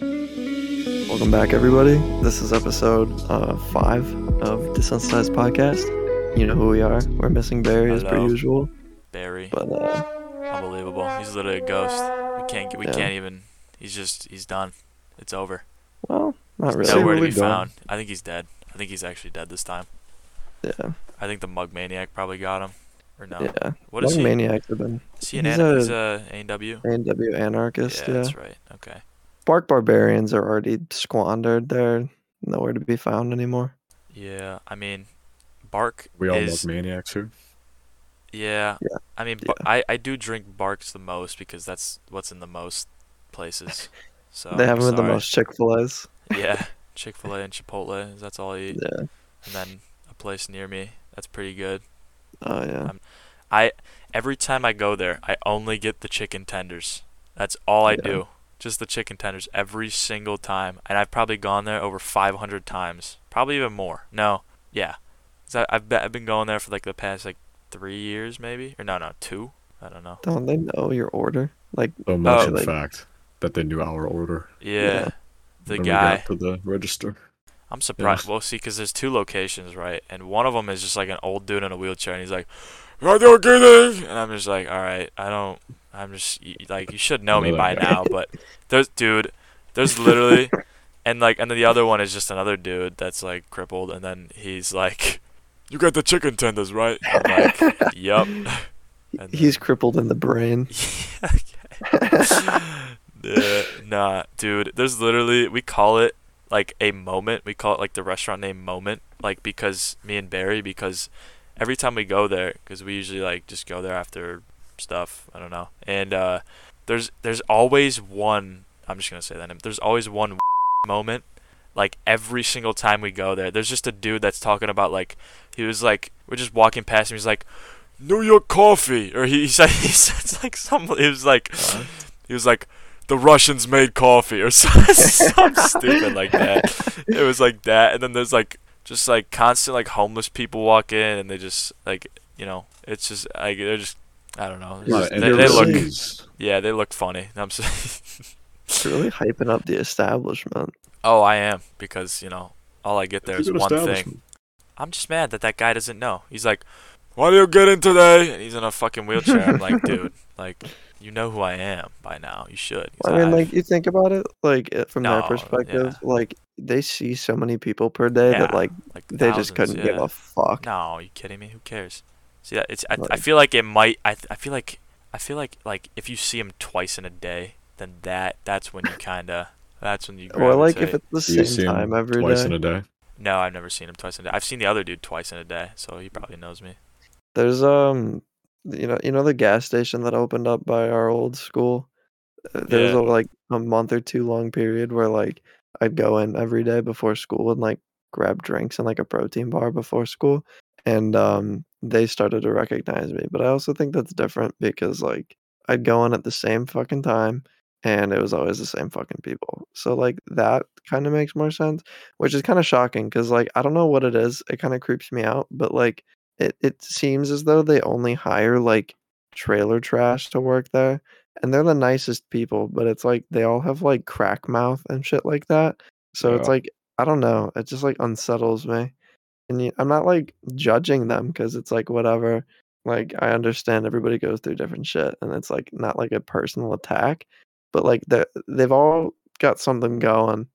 Welcome back, everybody. This is episode uh, five of Desensitized Podcast. You know who we are. We're missing Barry as per Hello. usual, Barry, but uh, unbelievable. He's literally a ghost. We can't. get- We Yeah. can't even. He's just. He's done. It's over. well, not He's really. Nowhere to Really be done. found. I think he's dead. I think he's actually dead this time. Yeah, I think the mug maniac probably got him. Or no? yeah. What is Lung he? Maniacs have been Is he an He's an- a- he's a AW? A&W anarchist. Yeah, that's right. Okay. Bark Barbarians are already squandered. They're nowhere to be found anymore. Yeah. I mean, Bark We all is. love maniacs here. Yeah. Yeah. I mean, Yeah. Bar- I I do drink Barks the most because that's what's in the most places. So they have I'm them at the Oh, sorry. most Chick Fil A's. Yeah. Chick Fil A and Chipotle. That's all I eat. Yeah. and then a place near me that's pretty good. Oh yeah. Um, I every time I go there, I only get the chicken tenders. That's all I Yeah. do. Just the chicken tenders every single time, and I've probably gone there over 500 times, probably even more. No, yeah, 'Cause I, I've be, I've been going there for like the past like three years maybe, or no, no, two. I don't know. Don't they know your order? Like, So much, Oh, in like- fact, that they knew our order Yeah, Yeah. the when guy. we got to the register. I'm surprised. Well, see, because there's two locations, right? And one of them is just like an old dude in a wheelchair, and he's like, "I don't get it," and I'm just like, "All right, I don't. I'm just y- like, you should know me by Another guy. now." But there's dude, there's literally, and like, and then the other one is just another dude that's like crippled, and then he's like, "You got the chicken tenders, right?" I'm like, "Yup." And he's crippled in the brain. yeah, okay. uh, nah, dude. There's literally we call it like a moment. We call it like the restaurant name moment, like because me and Barry because every time we go there, because we usually like just go there after stuff. I don't know. And uh, there's there's always one. I'm just gonna say that name. There's always one moment. Like every single time we go there, there's just a dude that's talking about like he was like we're just walking past him. He's like New York coffee, or he, he said he said like some. He was like he was like the Russians made coffee or some, some stupid like that. It was like that, and then there's like just like constant like homeless people walk in, and they just like you know it's just like they're just I don't know. It's Yeah, just- and they, they're they really- look diseased. yeah they look funny. I'm s It's really hyping up the establishment. oh I am because you know all I get there It's is a good one thing. establishment. I'm just mad that that guy doesn't know. He's like, why do you get in today? And he's in a fucking wheelchair. I'm like, dude, like, you know who I am by now. You should. He's I mean, "I've- like you think about it, like it- from No, their perspective, like they see so many people per day that Yeah, like like they just thousands, couldn't give yeah." a fuck. No, you kidding me? Who cares? See, that it's. I, I Like- feel like it might. I, th- I feel like. I feel like like if you see him twice in a day, then that that's when you kind of. That's when you. Or like if gravitate. it's the Do you see same 'em time every twice day, in a day. No, I've never seen him twice in a day. I've seen the other dude twice in a day, so he probably knows me. there's um, you know, you know the gas station that opened up by our old school. Uh, There was Yeah. a, like a month or two long period where like I'd go in every day before school and like grab drinks and like a protein bar before school, and um, they started to recognize me. But I also think that's different because like I'd go in at the same fucking time. And it was always the same fucking people. So, like, that kind of makes more sense, which is kind of shocking because, like, I don't know what it is. It kind of creeps me out, but, like, it, it seems as though they only hire like trailer trash to work there and they're the nicest people but it's like they all have like crack mouth and shit like that so it's Yeah. like i don't know it just like unsettles me and you, i'm not like judging them because it's like whatever like i understand everybody goes through different shit and it's like not like a personal attack but like they they've all got something going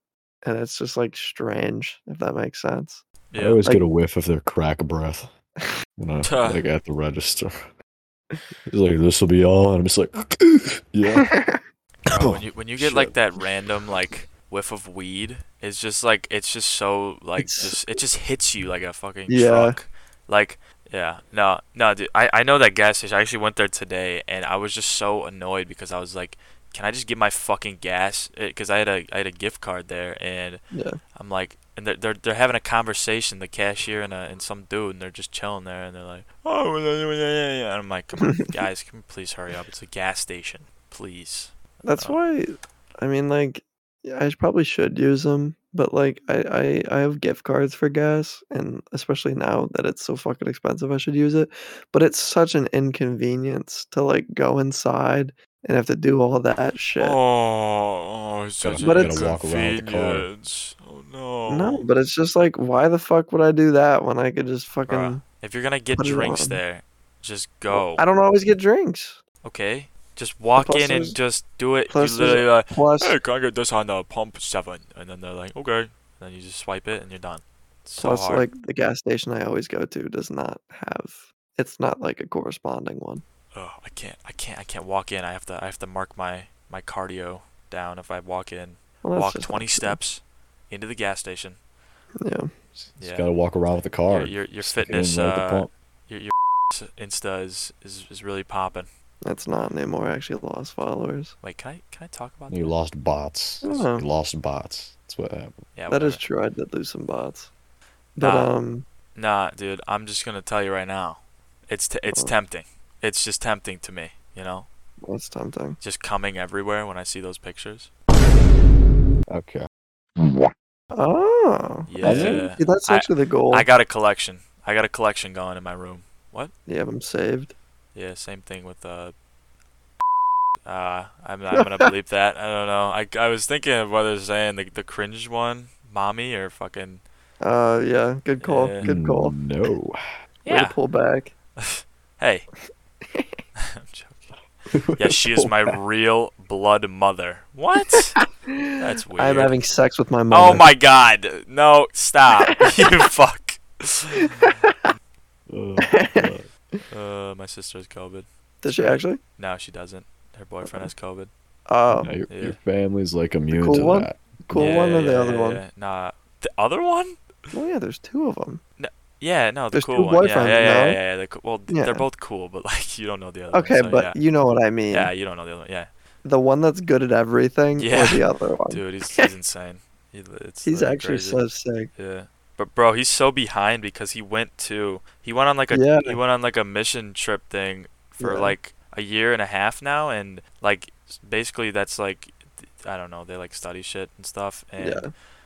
and it's just like strange if that makes sense I Yeah. always Like- get a whiff of their crack breath when I Tuh. like at the register. He's like, "This will be all," and I'm just like, "Yeah." Bro, when you when you get Oh, like Shit. that random like whiff of weed, it's just like it's just so like It's- just it just hits you like a fucking Yeah. truck. Like yeah, no, no, dude. I I know that gas station. I actually went there today, and I was just so annoyed because I was like, can I just get my fucking gas? Because I had a I had a gift card there, and yeah I'm like, and they're they're, they're having a conversation, the cashier and a, and some dude, and they're just chilling there, and they're like, oh, yeah, yeah, yeah, yeah," and I'm like, come on, guys, can we please hurry up? It's a gas station, please. That's Uh, why, I mean, like, yeah, I sh- probably should use them, but like, I, I I have gift cards for gas, and especially now that it's so fucking expensive, I should use it. But it's such an inconvenience to like go inside and have to do all that shit. Oh, oh, it's Gotta- such But an it's- Gotta walk around with the car. inconvenience. Oh no. No, but it's just like, why the fuck would I do that when I could just fucking? Bruh, if you're gonna get put it drinks on. there, just go. I don't always get drinks. Okay, just walk plus in and there's- just do it. You plus there's- literally like, Plus, hey, can I get this on the pump seven? And then they're like, okay. And then you just swipe it and you're done. It's so plus, hard. like the gas station I always go to does not have. It's not like a corresponding one. oh, I can't, I can't, I can't walk in. I have to, I have to mark my my cardio down if I walk in. Well, that's walk just 20 not true. steps into the gas station. Yeah. Just Yeah. gotta walk around with the car. Your your, your Stick it in fitness, right at the uh, pump. your, your Insta is, is is really popping. That's not anymore. I actually lost followers. Wait, can I can I talk about You that? lost bots. Oh. You lost bots. That's what happened. Yeah, That is whatever. Uh, true. I did lose some bots. But Nah. um, Nah, dude, I'm just gonna tell you right now, it's t- it's Oh. tempting. It's just tempting to me, you know, that's tempting. just coming everywhere when I see those pictures. Okay. Oh. Yeah. See, that's I- actually the goal. I got a collection. I got a collection going in my room. you have them saved. Yeah, same thing with uh. Uh, I'm not I'm gonna bleep that. I don't know. I, I was thinking of whether saying the the cringe one, mommy or fucking Uh, yeah. Good call. Yeah. Good call. No. Way yeah. to pull back. Hey. I'm joking. Yeah, she is my real blood mother. What? That's weird. I'm having sex with my mother. oh my god. No, stop. you fuck. Uh, uh, Uh, my sister has COVID. Did she actually? No, she doesn't. Her boyfriend has COVID. Oh, no, your, yeah. your family's like immune cool to one? that. cool Yeah, one or the yeah, other yeah, one? yeah. Nah. The other one? Oh yeah, there's two of them. Yeah, no, the There's cool two one. Yeah, boyfriends, yeah, yeah, no? yeah, yeah, they're cool. Well, th- Yeah. they're both cool, but like you don't know the other Okay, one. Uh, so but yeah. you know what I mean. yeah, you don't know the other one. Yeah. The one that's good at everything Yeah. or the other one. Dude, he's, he's insane. He, it's He's literally actually crazy. so sick. Yeah. But bro, he's so behind because he went to he went on like a Yeah. he went on like a mission trip thing for Yeah. like a year and a half now and like s- basically that's like th- I don't know, they like study shit and stuff and Yeah.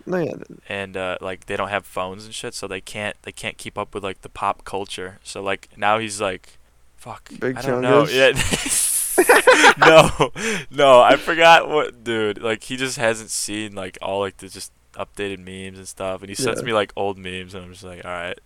No, yeah. and uh, like they don't have phones and shit so they can't they can't keep up with like the pop culture. So like now he's like fuck Big I don't know. chungus. Yeah. no. No, I forgot what dude, like he just hasn't seen like all like the just updated memes and stuff and he sends Yeah. me like old memes and I'm just like, all right.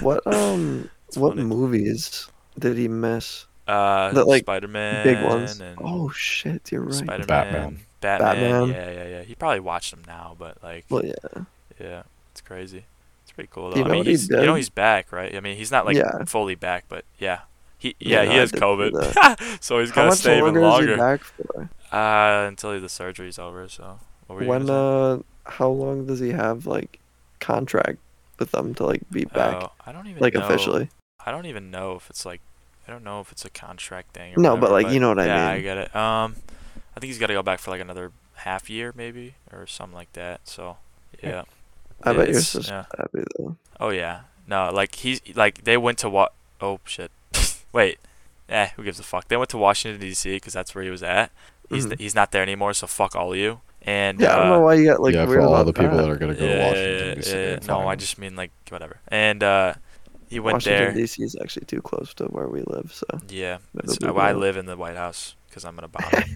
What um It's what funny. movies did he miss? Uh, The, like, Spider-Man Big ones. and Oh shit, you're right. Spider-Man, Batman. Batman. Batman. Yeah, yeah, yeah. He probably watched them now, but like, Well, yeah. yeah, it's crazy. It's pretty cool. Do Though. you I know mean, what he he's, you know did? he's back, right? I mean, he's not like Yeah. fully back, but yeah, he Yeah, yeah, he no, I has did see COVID, so he's How gonna much stay even longer, is he longer back for? uh, until the surgery's over. So what were you When gonna uh how long does he have like contract with them to like be say? back Oh, I don't even like know. officially? I don't even know if it's like I don't know if it's a contract thing. Or No, whatever, but like you know what I yeah, I mean. get it. Um, I think he's got to go back for like another half year, maybe, or something like that. So, yeah. I bet your It's- sister's yeah. happy though. Oh yeah. No, like he's like they went to what? Oh shit. Wait. Eh, who gives a fuck? They went to Washington D.C. because that's where he was at. He's Mhm. he's not there anymore, so fuck all you. And Yeah, I don't uh, know why you got like yeah, weird for all about the people that, that are gonna go to yeah, Washington D.C. yeah, and no, find I them. just mean like whatever. And uh, he went Washington there. D.C. is actually too close to where we live, so Yeah, That'll it's, be uh, well, I good. live in the White House because I'm gonna bomb. it.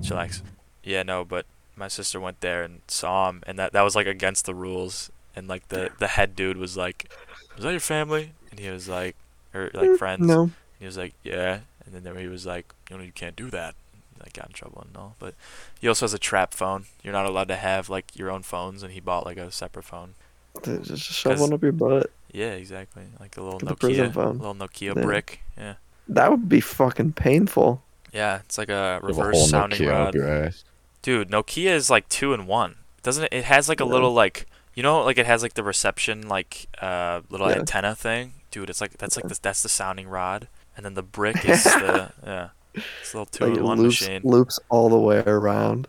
Chillax. Yeah, no, but my sister went there and saw him, and that that was like against the rules. And like the the head dude was like, "Was that your family?" And he was like, or like Mm, friends. No, He was like, "Yeah," and then there he was like, "You know, you can't do that." I got in trouble and all, but he also has a trap phone. You're not allowed to have like your own phones, and he bought like a separate phone. Dude, just shove 'Cause- one up your butt. Yeah, exactly, like a little Get the prison Nokia, phone. little Nokia Yeah. brick. Yeah. That would be fucking painful. Yeah, it's like a You have a reverse whole sounding Nokia up rod. your ass. Dude, Nokia is like two in one. Doesn't it? It has like a Yeah. little like you know like it has like the reception like uh little Yeah. antenna thing. Dude, it's like that's like Yeah. the, that's the sounding rod, and then the brick is the yeah. It's a little two Like, in it one loops, machine. loops all the way around.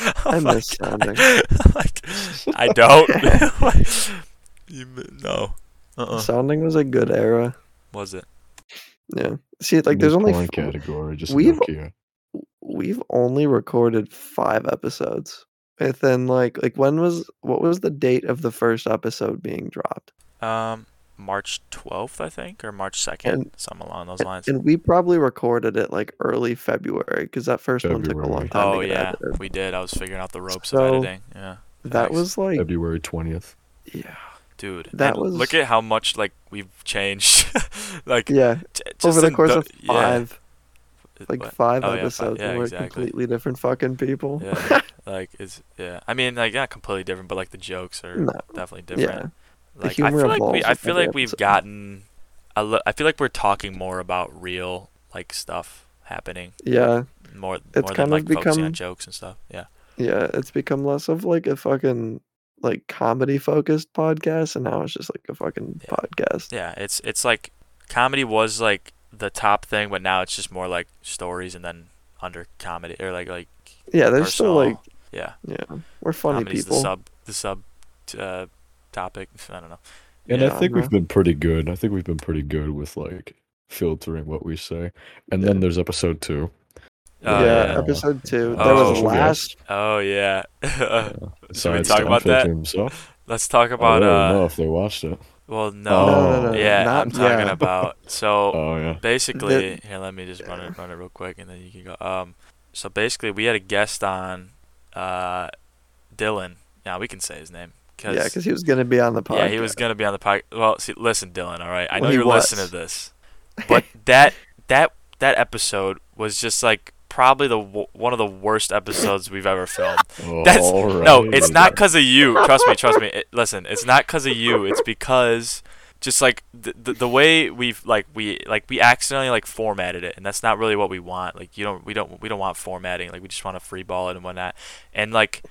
Oh I my miss God. sounding. like, I don't. you, m- no. Uh uh Sounding was a good era. Was it? Yeah. See, like, New there's only porn f- category. Just we've- Nokia. we've only recorded five episodes. Within like like when was what was the date of the first episode being dropped? Um, March 12th, I think, or March 2nd, And- something along those And- lines. And we probably recorded it like early February because that first one took a long February. time oh, to get yeah. edited. We did. I was figuring out the ropes So- of editing. Yeah. That Yikes. was like, February 20th. yeah, Dude. That and Look was- at how much, like, we've changed. like, yeah. j- just Over the in course of yeah, five, like what- five Oh, yeah, fi- episodes, yeah, and we're exactly. completely different fucking people. yeah, like it's yeah. I mean, like not completely different, but like the jokes are No. definitely Yeah. different. Like I humor feel like we, evolves I with feel every like we've episode. gotten, I, lo- I feel like we're talking more about real like stuff happening Yeah. more It's more than kind like of focusing on become- jokes and stuff. Yeah, Yeah, it's become less of like a fucking like comedy focused podcast, and now it's just like a fucking Yeah. podcast. yeah. It's it's like comedy was like the top thing, but now it's just more like stories and then under comedy or like like Yeah, there's still personal- like yeah, yeah, we're funny comedy's people. the sub the sub t- uh, topic. I don't know. And Yeah, I think bro. we've been pretty good. I think we've been pretty good with like filtering what we say. And then Yeah. there's episode two. Oh, yeah, yeah. episode two. There Oh. was last. Oh yeah. Should we Besides talk about Seinfeld that? Himself. Let's talk about About, I don't uh know if they watched it. well No, no. no, no, Oh. yeah, not I'm talking yeah. Uh, about so Oh yeah. basically here let me just run it run it real quick and then you can go um so basically we had a guest on uh Dylan. Now we can say his name cuz Yeah, because he was gonna be on the podcast. yeah, he was going to be on the podcast. Well, see listen Dylan, all right. I Well, know he you're was. listening to this. But that that that episode was just like probably the wo- one of the worst episodes we've ever filmed. That's- No, it's not because of you. Trust me, trust me. It, listen, it's not because of you. It's because just like the, the the way we've like we like we accidentally like formatted it, and that's not really what we want. Like you don't we don't we don't want formatting. Like we just want to free ball it and whatnot. And like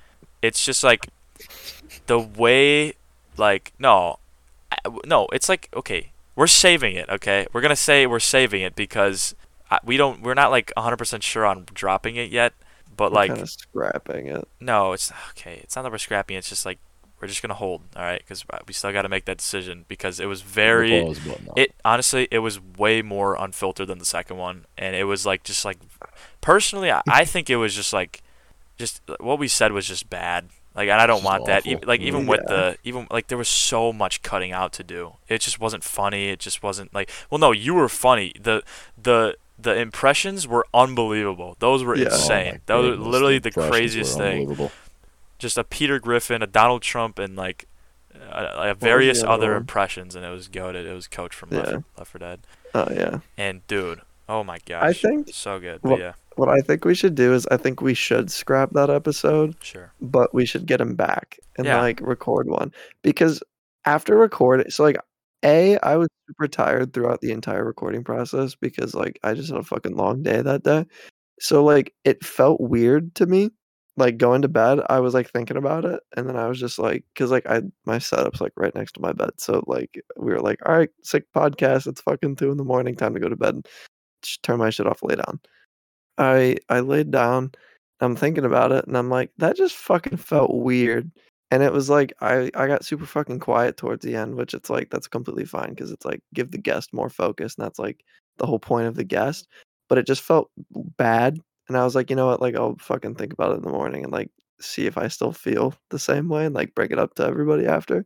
it's just like the way like no I- w- no it's like okay we're saving it okay we're gonna say we're saving it because I, we don't we're not like 100% sure on dropping it yet but like kind of scrapping it. no, it's okay. It's not that we're scrapping. It's just like we're just gonna hold, all right? Because we still got to make that decision because it was very. It honestly, it was way more unfiltered than the second one, and it was like just like personally, I, I think it was just like just what we said was just bad. Like, and I don't Just want that. E- awful. Like, even with Yeah. the even like there was so much cutting out to do. It just wasn't funny. It just wasn't like. Well, no, you were funny. The the the impressions were unbelievable. Those were Yeah. Oh my insane. Those were literally the craziest thing just a Peter Griffin, a Donald Trump, and like uh, uh, the various other other one? impressions, and it was goaded. It was Coach from Left, Yeah. 4 Left 4 Dead, Oh yeah. and dude, oh my gosh, I think so good. well- but yeah, what I think we should do is I think we should scrap that episode. sure. but we should get him back and Yeah. like record one because after recording so like a i was super tired throughout the entire recording process because like i just had a fucking long day that day so like it felt weird to me like going to bed i was like thinking about it and then i was just like because like i my setup's like right next to my bed so like we were like all right sick podcast it's fucking two in the morning time to go to bed just turn my shit off lay down i i laid down I'm thinking about it and I'm like, that just fucking felt weird. And it was like I, I got super fucking quiet towards the end, which it's like that's completely fine because it's like give the guest more focus and that's like the whole point of the guest. But it just felt bad. And I was like, you know what, like I'll fucking think about it in the morning and like see if I still feel the same way and like bring it up to everybody after.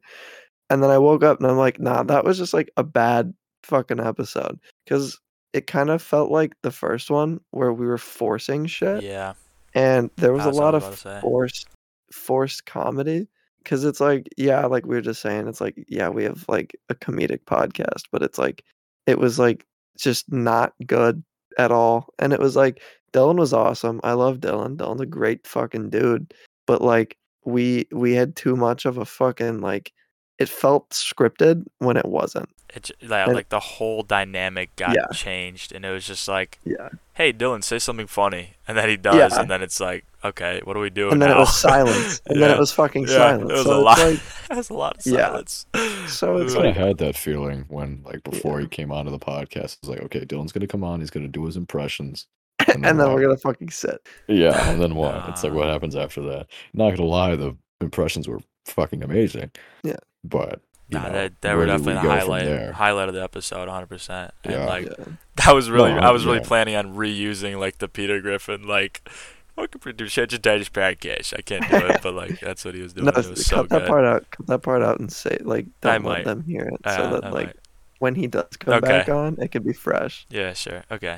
And then I woke up and I'm like, nah, that was just like a bad fucking episode. Cause it kind of felt like the first one where we were forcing shit Yeah, and there was a That's what lot I was about of to say. forced forced comedy because it's like yeah like we were just saying it's like yeah we have like a comedic podcast but it's like it was like just not good at all and it was like dylan was awesome i love dylan dylan's a great fucking dude but like we we had too much of a fucking like it felt scripted when it wasn't it j- like, And- like the whole dynamic got Yeah. changed, and it was just like, Yeah. hey Dylan, say something funny, and then he does, and then it's like, okay, what do we do? and then now? it was silence and then Oh, Yeah. it was fucking Yeah, silence It was so a it's lot. like it was a lot of Yeah. silence. So it's It was like- I had that feeling when, like, before Yeah. he came onto the podcast, I was like, okay, Dylan's gonna come on. He's gonna do his impressions. and then what? we're gonna fucking sit yeah, and then what? It's like, Nah. what happens after that? Not gonna lie, the impressions were fucking amazing. Yeah. but you Nah, know, that, that where were do we definitely the go from highlight there? highlight of the episode, 100%. And Yeah. like Yeah. That was really No, I was really yeah. planning on reusing like the Peter Griffin like Welcome to Church Danish Podcast. I can't do it, but like that's what he was doing. No, it was so cut that good. part out. Cut that part out and say like I don't might. let them hear it, Uh, so that I like might- when he does come Okay. back on, it could be fresh. yeah, sure, okay,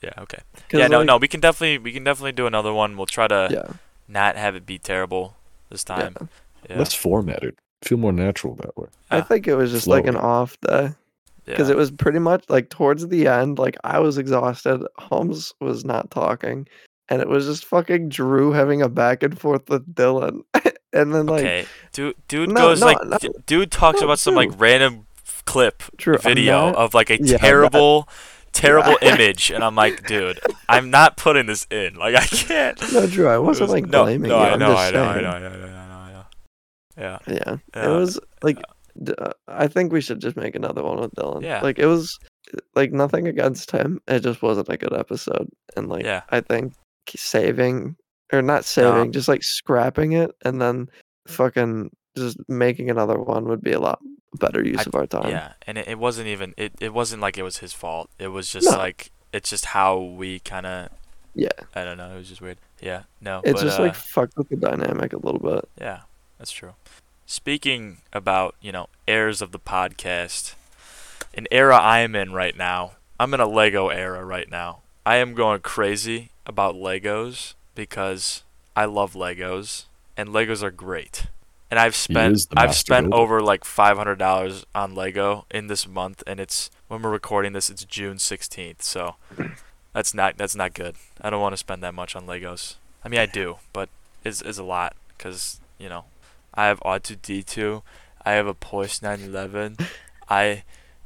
yeah, okay, 'Cause, yeah. No, like, no, we can definitely we can definitely do another one. We'll try to Yeah, not have it be terrible this yeah. time. Yeah, Let's format it. Feel more natural that way. I Yeah. think it was just like an off day. because uh, it yeah. was pretty much like towards the end, like I was exhausted. Holmes was not talking, and it was just fucking Drew having a back and forth with Dylan, and then like okay, dude, dude No, goes no, like, no. d- dude talks No, about some like dude. random f- clip Drew I'm video not- of like a yeah, I'm not- terrible, terrible Yeah. image, and I'm like, dude, I'm not putting this in. Like, I can't. no, Drew, I It wasn't was- like blaming no, you. I I'm know, just I know, I saying. know, I know, I know, I know, I know. Yeah, Yeah, uh, it yeah. was like d- uh, I think we should just make another one with Dylan. Yeah. like it was like nothing against him. It just wasn't a good episode, and like Yeah. I think k- saving or not saving, just like scrapping it, and then fucking just making another one would be a lot better use I- of our time. yeah, and it, it wasn't even it, it wasn't like it was his fault. It was just No. like it's just how we kind of Yeah. I don't know. It was just weird. Yeah, no, It but, just uh, like fucked with the dynamic a little bit. yeah, that's true. Speaking about you know eras of the podcast, an era I am in right now. I'm in a Lego era right now. I am going crazy about Legos because I love Legos and Legos are great. And I've spent is the I've master spent builder. over like five hundred dollars on Lego in this month, and it's when we're recording this, it's June sixteenth. So that's not that's not good. I don't want to spend that much on Legos. I mean, I do, but it's it's a lot because you know I have R two D two, I have a Porsche nine eleven, I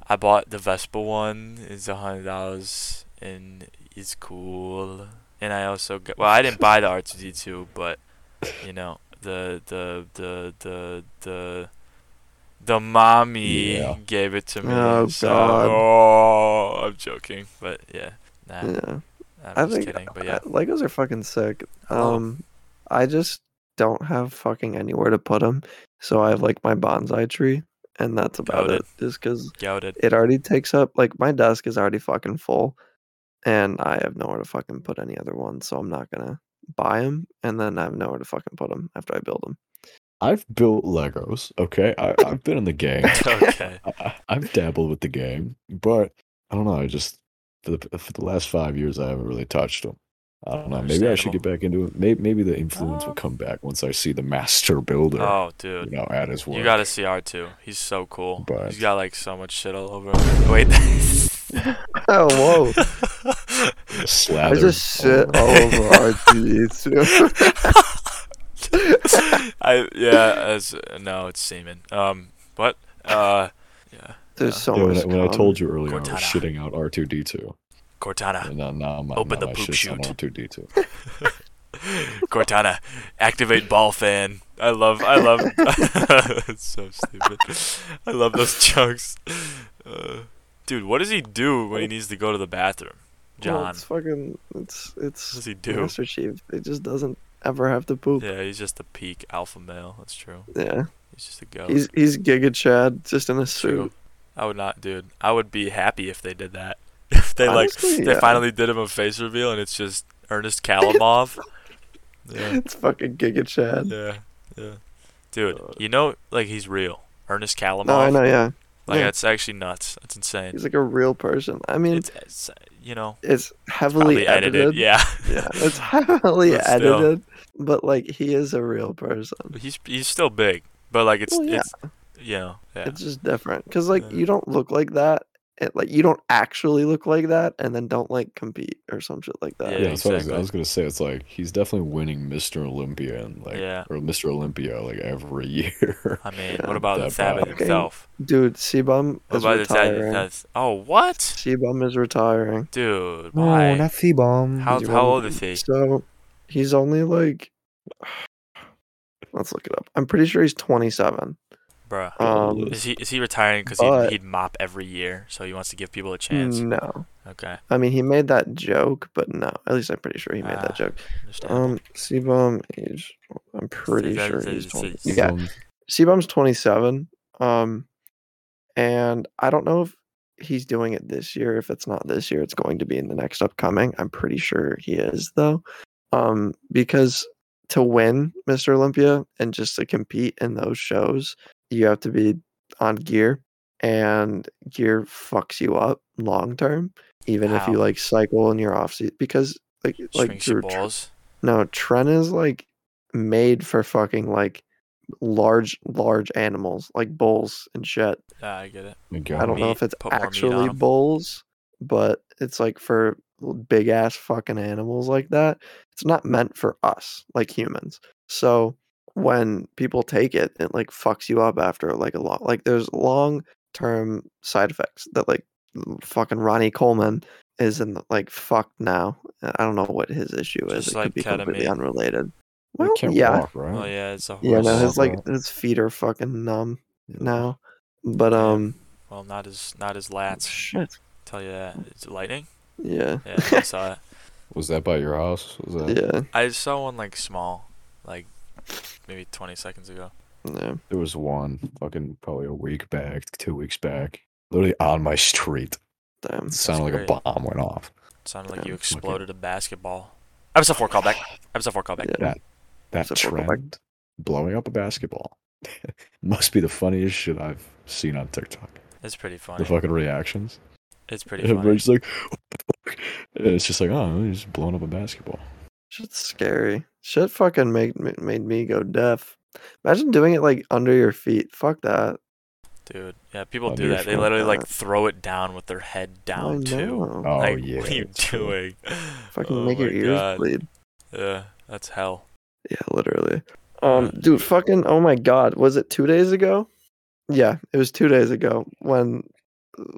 I bought the Vespa one. It's a hundred dollars and it's cool. And I also got well, I didn't buy the R two D two, but you know the the the the the the mommy Yeah. gave it to me. Oh, so, God. Oh, I'm joking, but yeah, nah, Yeah, I I'm just think- kidding. But yeah, Uh, Legos are fucking sick. I love 'em. Um, I just don't have fucking anywhere to put them, so I have like my bonsai tree, and that's about Goated. it. Just because goaded. it already takes up like my desk is already fucking full, and I have nowhere to fucking put any other one, so I'm not gonna buy them, and then I have nowhere to fucking put them after I build them. I've built Legos. Okay, I, I've been in the game. okay. I- I, I've dabbled with the game, but I don't know. I just for the for the last five years, I haven't really touched them. I don't know. Maybe I should get Understandable. back into it. Maybe, maybe the influence will Um, come back once I see the master builder. Oh, you dude. know, at his work. You gotta see R2. He's so cool. But- He's got like so much shit all over him. Wait. Oh whoa! I Slather. just shit all all over. over RGD too. I yeah, as no, it's semen. Um, what? Uh, yeah, There's so Yeah, when, much. I, when I told you earlier, I Cortana. was shitting out R two D two, Cortana, and now, now my Open the now my poop shit's on chute. R two D two. Cortana, activate ball fan. I love, I love. it's so stupid. I love those jokes. Uh, dude, what does he do when he needs to go to the bathroom? Well, John, it's fucking. It's what it's does he do? Master Chief. It just doesn't ever have to poop. Yeah, Yeah, he's just a peak alpha male. That's true. He's just a goat. he's he's Giga Chad just in a True. suit. I would not, dude. I would be happy if they did that. If they Honestly, like, they yeah. finally did him a face reveal, and it's just Ernest Kalamov. yeah, It's fucking Giga Chad. yeah, yeah. Dude, you know, like he's real. Ernest Kalamov. Uh, No, I know. Yeah, Like yeah. that's actually nuts. That's insane. he's like a real person. I mean, it's, It's, it's you know heavily probably edited. edited. Yeah, yeah, it's heavily But still. edited. But like, he is a real person. he's he's still big, but like it's Well, yeah. it's you know yeah. It's just different because like Yeah. you don't look like that. It, like you don't actually look like that, and then don't like compete or some shit like that. Yeah, Yeah, that's what I was, I exactly. was gonna say. It's like he's definitely winning Mr. Olympia and like Yeah. or Mr. Olympia like every year. I mean, Yeah, what about the that Thabit bad. Okay, himself? Dude, Sebum What is about the Thabit? retiring. that's- Oh, what, Sebum is retiring. dude? Why? Thebom. how you how want- old is he? So he's only like let's look it up. I'm pretty sure he's 27. Bruh. Um Is he is he retiring because But- he'd, he'd mop every year, so he wants to give people a chance? no. Okay, I mean, he made that joke, but no. At least I'm pretty sure he made Ah, that joke. understandable. Um Sebum age I'm pretty sure he's 20. Seven- Yeah. Sebum's 27. Um and I don't know if he's doing it this year. If it's not this year, it's going to be in the next upcoming. I'm pretty sure he is though. um, because to win Mr. Olympia and just to compete in those shows, you have to be on gear, and gear fucks you up long term. Even if you How? like cycle in your off season, because like like Swings your Drew, Tr- balls. no, Trent is like made for fucking like large large animals like bulls and shit. Yeah, I get it. My I God. don't know meat, if it's put more meat on actually 'em. bulls, but it's like for big ass fucking animals like that. It's not meant for us, like humans. So when people take it, it like fucks you up after like a lot. Like there's long term side effects that like l- fucking Ronnie Coleman is in like fucked now. I don't know what his issue is. Just it like could be completely ketamine. unrelated. He Well, can't yeah, walk, right? Oh yeah, it's a horse. yeah. No, horse. his like his feet are fucking numb now. But Damn. um, Well, not his not his lats. shit. Tell you that. It's lightning. Yeah. Yeah, I saw it. Was that by your house? Was that? Yeah. I saw one like small, like maybe 20 seconds ago. Yeah. There was one fucking probably a week back, two weeks back, literally on my street. Damn. It sounded like great. a bomb went off. sounded like Yeah, you fucking- exploded a basketball. Episode four callback. Episode four callback. Yeah. That that So we'll go back- trend, blowing up a basketball, must be the funniest shit I've seen on TikTok. It's pretty funny. The fucking reactions. It's pretty funny. Everybody's like, "What the fuck?" And it's just like, oh, he's blowing up a basketball. Shit's scary. Shit fucking made me- made me go deaf. Imagine doing it like under your feet. Fuck that. Dude, yeah, people Under do your that. They foot. literally like throw it down with their head Uh, I down too. know. Oh like, yeah. what are you it's real. doing? Fucking Oh make your my ears God. bleed. Yeah, that's hell. Yeah, literally. Um, dude, fucking. Oh my god, was it two days ago? Yeah, it was two days ago when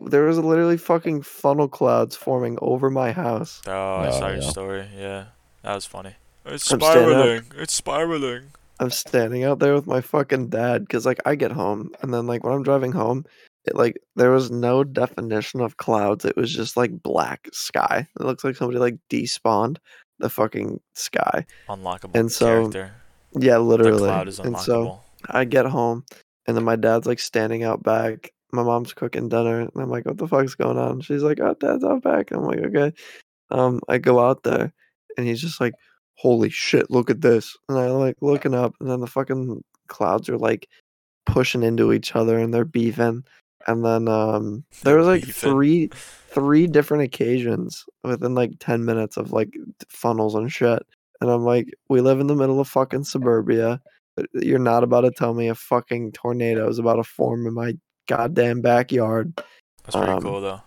there was literally fucking funnel clouds forming over my house. Oh, I Oh, saw your yeah. story. Yeah, that was funny. It's I'm standing up. spiraling. It's spiraling. I'm standing out there with my fucking dad because like I get home and then like when I'm driving home, it like there was no definition of clouds. It was just like black sky. It looks like somebody like despawned the fucking sky. Unlockable And so, character. Yeah, literally. The cloud is and unlockable. so I get home and then my dad's like standing out back. My mom's cooking dinner and I'm like, what the fuck's going on? She's like, oh, dad's out back. I'm like, okay. Um, I go out there and he's just like, holy shit, look at this. And I like looking up and then the fucking clouds are like pushing into each other and they're beefing. And then um, there They're was like beefing. three three different occasions within like 10 minutes of like t- funnels and shit. And I'm like, we live in the middle of fucking suburbia. but You're not about to tell me a fucking tornado is about to form in my goddamn backyard. That's pretty um, cool though.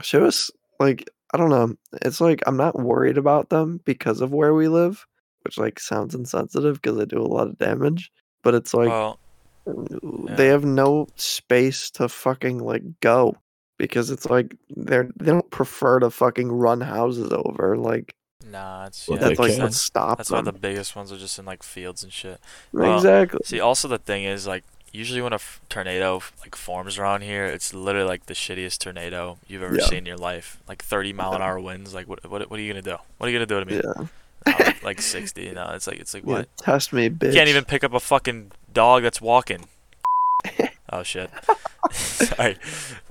Show us, like, I don't know. It's like, I'm not worried about them because of where we live, which like sounds insensitive because they do a lot of damage. But it's like, well, they Uh, yeah. have no space to fucking like go because it's like they're they don't prefer to fucking run houses over like nah, it's Well, yeah, that's they like that's, can. what stopped that's why them the biggest ones are just in like fields and shit. well, exactly See, also the thing is, like, usually when a f- tornado f- like forms around here, it's literally like the shittiest tornado you've ever Yeah. seen in your life. Like 30 mile an Yeah. hour winds. Like, what, what, what are you gonna do? What are you gonna do to me? yeah, Uh, like, 60. You know, it's like, it's like yeah what? test me bitch You can't even pick up a fucking dog that's walking. oh shit. Sorry,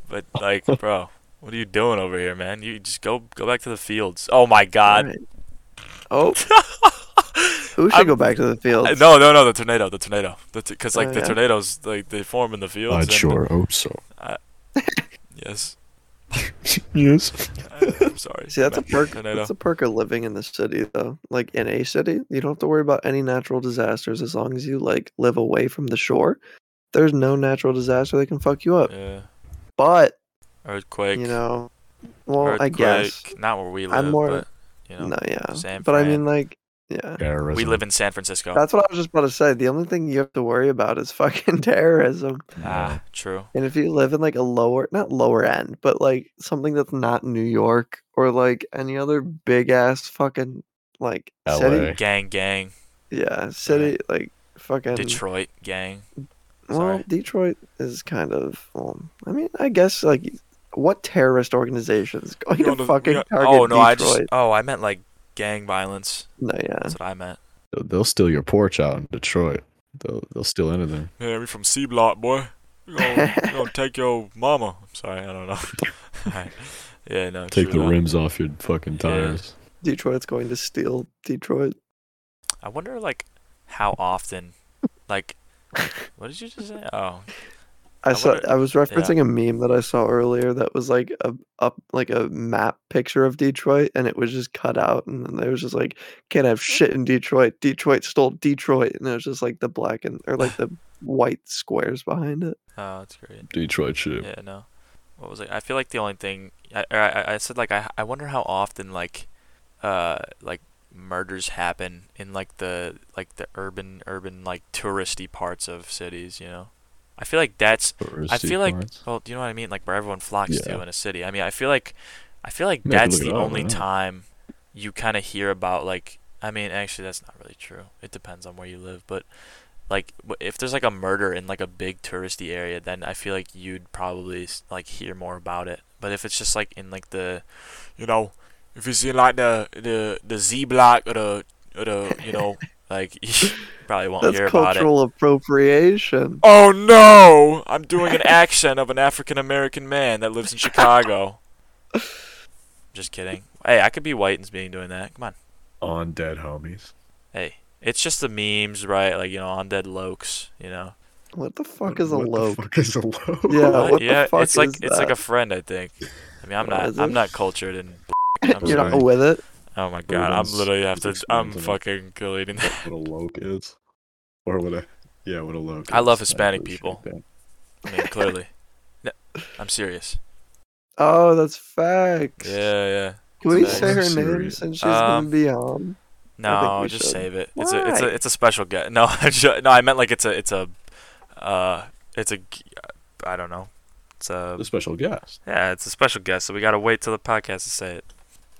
but like, bro, what are you doing over here, man? You just go go back to the fields. Oh my god. Right. oh who should I'm- go back to the field Uh, No, no, no, the tornado, the tornado, because like Oh, the yeah. tornadoes, like they form in the fields. I'd and- sure hope so. Yes. yes. I'm sorry. see that's a man. perk Tornado. that's a perk of living in the city though like in a city you don't have to worry about any natural disasters as long as you like live away from the shore there's no natural disaster that can fuck you up Yeah. but Earthquake. you know well i guess earthquake, Not where we live, I'm more- but you know, no, yeah. San but I Fran. mean, like, yeah. Terrorism. we live in San Francisco. That's what I was just about to say. The only thing you have to worry about is fucking terrorism. ah, true. And if you live in like a lower, not lower end, but like something that's not New York or like any other big ass fucking like LA. city, Gang, gang. yeah, city like fucking. Detroit, gang. Well, sorry. Detroit is kind of. Well, I mean, I guess like what terrorist organization is going to fucking target oh no, Detroit? I just. Oh, I meant like gang violence. No, yeah. That's what I meant. They'll- They'll steal your porch out in Detroit. They'll they'll steal anything. Yeah, we from C Block, boy. We gonna, we gonna take your mama. I'm sorry, I don't know. Alright. Yeah, no. Take true the that. rims off your fucking Yeah. tires. Detroit's going to steal Detroit. I wonder like how often, like, what did you just say? Oh, I, I saw. wonder- I was referencing a meme that I saw earlier that was like a up like a map picture of Detroit, and it was just cut out, and then there was just like, "Can't have shit in Detroit. Detroit stole Detroit," and it was just like the black and or like the white squares behind it. oh, that's great. Detroit shit. Yeah, no. What was it? I feel like the only thing I or I, I said like I I wonder how often like uh like murders happen in like the like the urban urban like touristy parts of cities, you know. I feel like that's I feel like well, do you know what I mean? Like where everyone flocks to Yeah. in a city. I mean, I feel like I feel like You have to that's look it the up, I only know. time you kind of hear about like I mean, actually that's not really true. It depends on where you live, but like w- if there's like a murder in like a big touristy area, then I feel like you'd probably s- like hear more about it. But if it's just like in like the you know, if it's in like the the the Z block or the or the, you know, like you probably won't hear That's about it. cultural appropriation. Oh no! I'm doing an accent of an African American man that lives in Chicago. just kidding. Hey, I could be white and being doing that. Come on. on dead homies. Hey, it's just the memes, right? Like you know, on dead lokes. You know. What the fuck is a what lope? The fuck is a low? Yeah, What? what the yeah, fuck it's like is it's like a that? friend, I think. I mean, I'm What not is I'm it? not cultured in. I'm You're not sorry. with it. Oh my god, I'm Everyone's- literally have to. everyone's I'm doing it. fucking deleting that. what a loke is, or what a yeah, what a loke. I is. love Hispanic appreciate people. that. I mean, clearly. No, I'm serious. Oh, that's facts. Yeah, yeah. Can we That's say her name serious. since she's Um, gonna be on? No, we just should. save it. It's a it's a Why? it's a special guest. No, I'm ju- no, I meant like it's a it's a uh it's a g- I don't know. It's a The special guest. yeah, it's a special guest, so we gotta wait till the podcast to say it.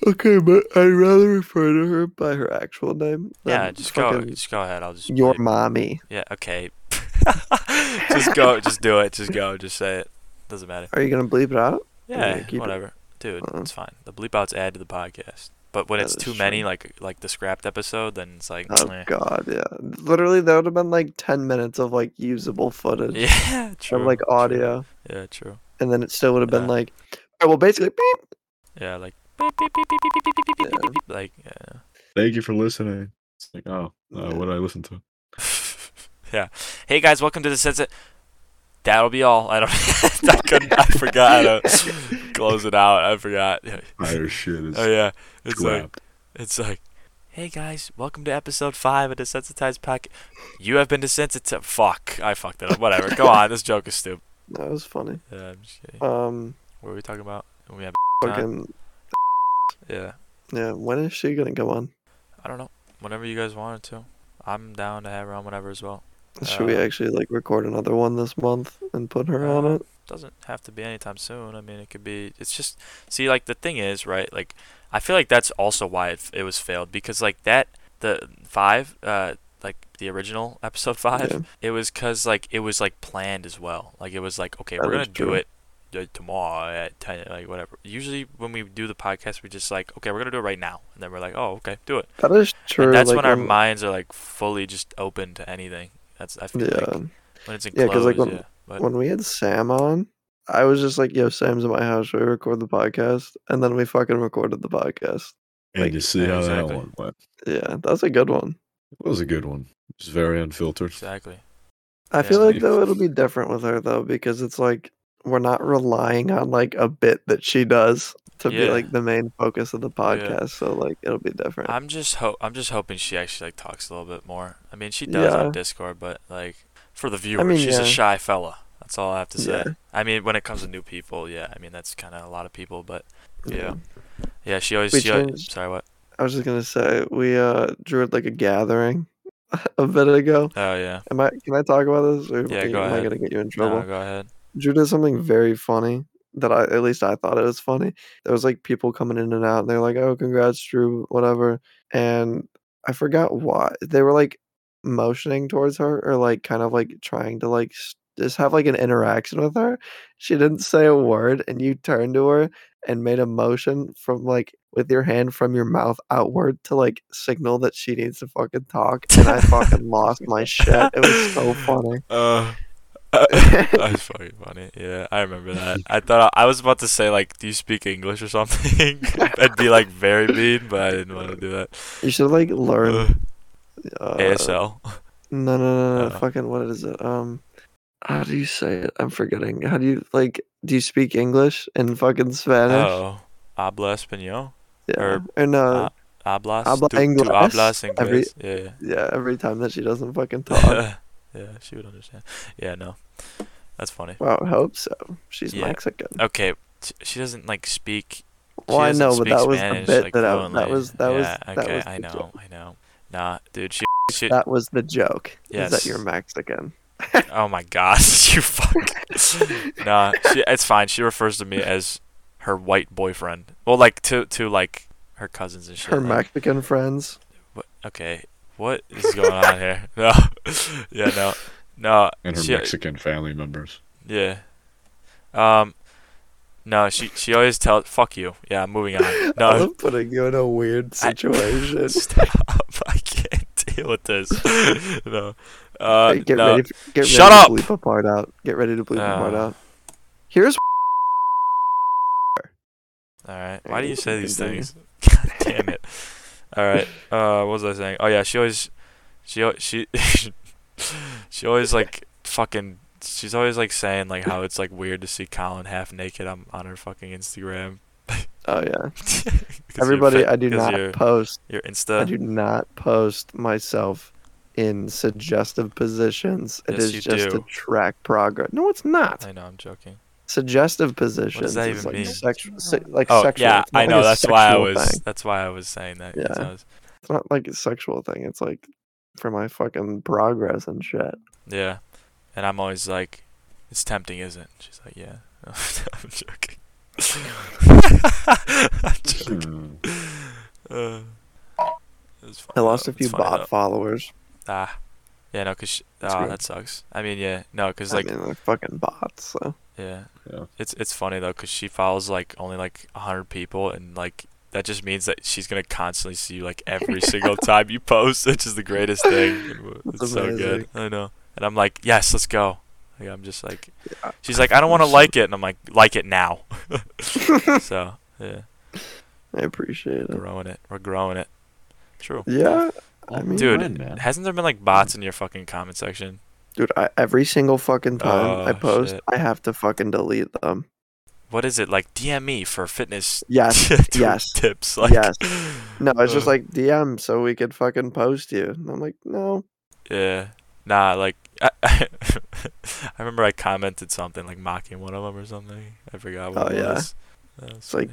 Okay, but I'd rather refer to her by her actual name. Yeah, than just go fucking just go ahead. I'll just Your wait. mommy. yeah okay. just go, just do it, just go, just say it. Doesn't matter. Are you gonna bleep it out? Yeah, keep it. whatever, dude, Uh-uh. it's fine. The bleep outs add to the podcast, but when That it's is too true. many, like like the scrapped episode, then it's like Oh eh. god, yeah. Literally, that would have been like ten minutes of like usable footage yeah, true. of like true. audio, Yeah, true. and then it still would have been Yeah. like, all right, well, basically, beep. Yeah, like beep, beep, beep, beep, beep, beep, beep, beep, beep, beep, beep, beep, like yeah. Thank you for listening. It's like, oh, uh, what did I listen to? yeah. Hey guys, welcome to the Sense. That'll be all. I don't. I couldn't. I forgot how to close it out. I forgot. Fire shit is Oh yeah, it's like scrapped. it's like. Hey guys, welcome to episode five of the Desensitized Pack. You have been desensitized. Fuck, I fucked it up. Whatever. Go on, this joke is stupid. That was funny. Yeah, I'm just kidding. Um, What were we talking about? We have Nah. fucking yeah. yeah. When is she gonna go on? I don't know. Whenever you guys wanted to, I'm down to have her on whenever as well. Should we Uh, actually like record another one this month and put her on Uh, it? doesn't have to be anytime soon. I mean, it could be. It's just see, like the thing is, right? Like I feel like that's also why it, f- it was failed because like that the five, uh, like the original episode five, Yeah. it was because like it was like planned as well. Like it was like okay, That we're gonna is do true. it uh, tomorrow at ten, like whatever. Usually when we do the podcast, we just like okay, we're gonna do it right now, and then we're like oh okay, do it. That is true. and that's like, um, when our minds are like fully just open to anything. That's I feel Yeah. like when it's Yeah, enclosed, 'cause, like, when- yeah. But when we had Sam on, I was just like, "Yo, Sam's at my house. Should we record the podcast?" And then we fucking recorded the podcast. and you see Yeah, how exactly. that one went. Yeah, that's a good one. It was a good one. It's very unfiltered. exactly. I Yeah. feel like though it'll be different with her though because it's like we're not relying on like a bit that she does to Yeah. be like the main focus of the podcast. So like it'll be different. I'm just ho- I'm just hoping she actually like talks a little bit more. I mean, she does Yeah. on Discord, but like for the viewer, mean, she's yeah. a shy fella. That's all I have to say. Yeah. I mean, when it comes to new people, yeah. I mean, that's kind of a lot of people, but yeah. yeah, she always. We She al- changed- sorry, what? I was just gonna say we uh drew like a gathering a bit ago. Oh yeah. Am I? Can I talk about this? Or Yeah, am go I ahead. gonna get you in trouble? No, go ahead. Drew did something very funny that I at least I thought it was funny. There was like people coming in and out and they're like, Oh, congrats, Drew, whatever. And I forgot why. They were like motioning towards her or like kind of like trying to like s- just have like an interaction with her. She didn't say a word and you turned to her and made a motion from like with your hand from your mouth outward to like signal that she needs to fucking talk and I fucking lost my shit. It was so funny. Uh, that was fucking funny. Yeah, I remember that. I thought I, was about to say like, "Do you speak English or something?" I'd be like very mean, but I didn't want to do that. You should like learn Ugh, uh, ASL. No, no, no, no. Uh. Fucking what is it? Um, how do you say it? I'm forgetting. How do you like? Do you speak English and fucking Spanish? Oh, habla español. yeah. or- Or, no. uh, Hablas. Habla tu, tu inglés. hablas inglés. Every- Oh, yeah. yeah. Every time that she doesn't fucking talk. yeah, she would understand. Yeah, no, that's funny. wow. I hope so. She's Yeah. Oh, Mexican. Okay, t- she doesn't like speak. She Well, I doesn't know, but speak that was Spanish, the bit like, that I, that fluently. was that was yeah, that okay, was I the know, joke. I know. Nah, dude, she. she That was the joke. Is Yes. that you're Mexican? oh my gosh, you fuck. nah, she, it's fine. She refers to me as her white boyfriend. Well, like to to like her cousins and shit. Her like, Mexican friends. what, okay, what is going on here? No, yeah, no, no. and her she- Mexican family members. Yeah. Um. No, she she always tells fuck you. Yeah, I'm moving on. I No, love putting you in a weird I- situation. stop. I can't deal with this. no. Uh, Hey, get no. ready. For, get Shut ready up! to bleep a part out. Get ready to bleep a part Uh, out. Here's All right. Why do you say these Continue. things? God damn it. All right. Uh, what was I saying? Oh yeah, she always, she al- she, she always like fucking. She's always like saying like how it's like weird to see Colin half naked on on her fucking Instagram. oh yeah. 'Cause you're Everybody, fit- I do 'cause not Your, post. your I Insta. do not post myself in suggestive positions. It Yes, is you just do. to track progress. No, it's not. I know. I'm joking. Suggestive positions. that is even like mean? sexual, se- like oh sexual. yeah, It's not I like know. a That's why I sexual was. thing. That's why I was saying that. 'cause I Yeah. was- It's not like a sexual thing. It's like for my fucking progress and shit. yeah. And I'm always like, it's tempting, isn't? it?" She's like, yeah. I'm joking. I'm joking. Uh, it was fun, I lost though. a few It's Oh, funny, bot though. followers. Ah, yeah, no, cause she, That's ah, good. that sucks. I mean, yeah, no, cause I like, mean, they're fucking bots. So yeah. Yeah. it's it's funny though, cause she follows like only like hundred people, and like that just means that she's gonna constantly see you like every single time you post, which is the greatest thing. That's It's so good. amazing. I know, and I'm like, yes, let's go. Like, I'm just like, Yeah. she's like, I don't want to like it, and I'm like, like it now. so yeah, I appreciate it. growing it, we're growing it. True. Yeah, I mean, Dude, Fine, man. Hasn't there been like bots in your fucking comment section? dude, I, every single fucking time I Oh, post, shit. I have to fucking delete them. What is it like? DM me for fitness. Yes, t- yes, Tips. Like, yes. No, it's just Uh. like DM, so we could fucking post you. And I'm like, no, Yeah. Eh, Nah. Like I, I, remember I commented something like mocking one of them or something. I forgot what Oh, it yeah. was. That was It's like-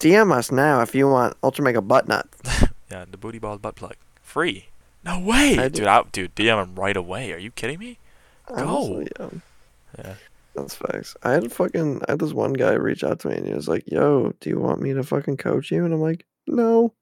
DM us now if you want Ultra Mega Butt Nut. yeah, the booty balls butt plug free. No way, I did- dude. I, dude, DM him right away. Are you kidding me? Honestly, yeah. Oh. Yeah. That's facts. I had fucking I had this one guy reach out to me and he was like, "Yo, do you want me to fucking coach you?" And I'm like, "No."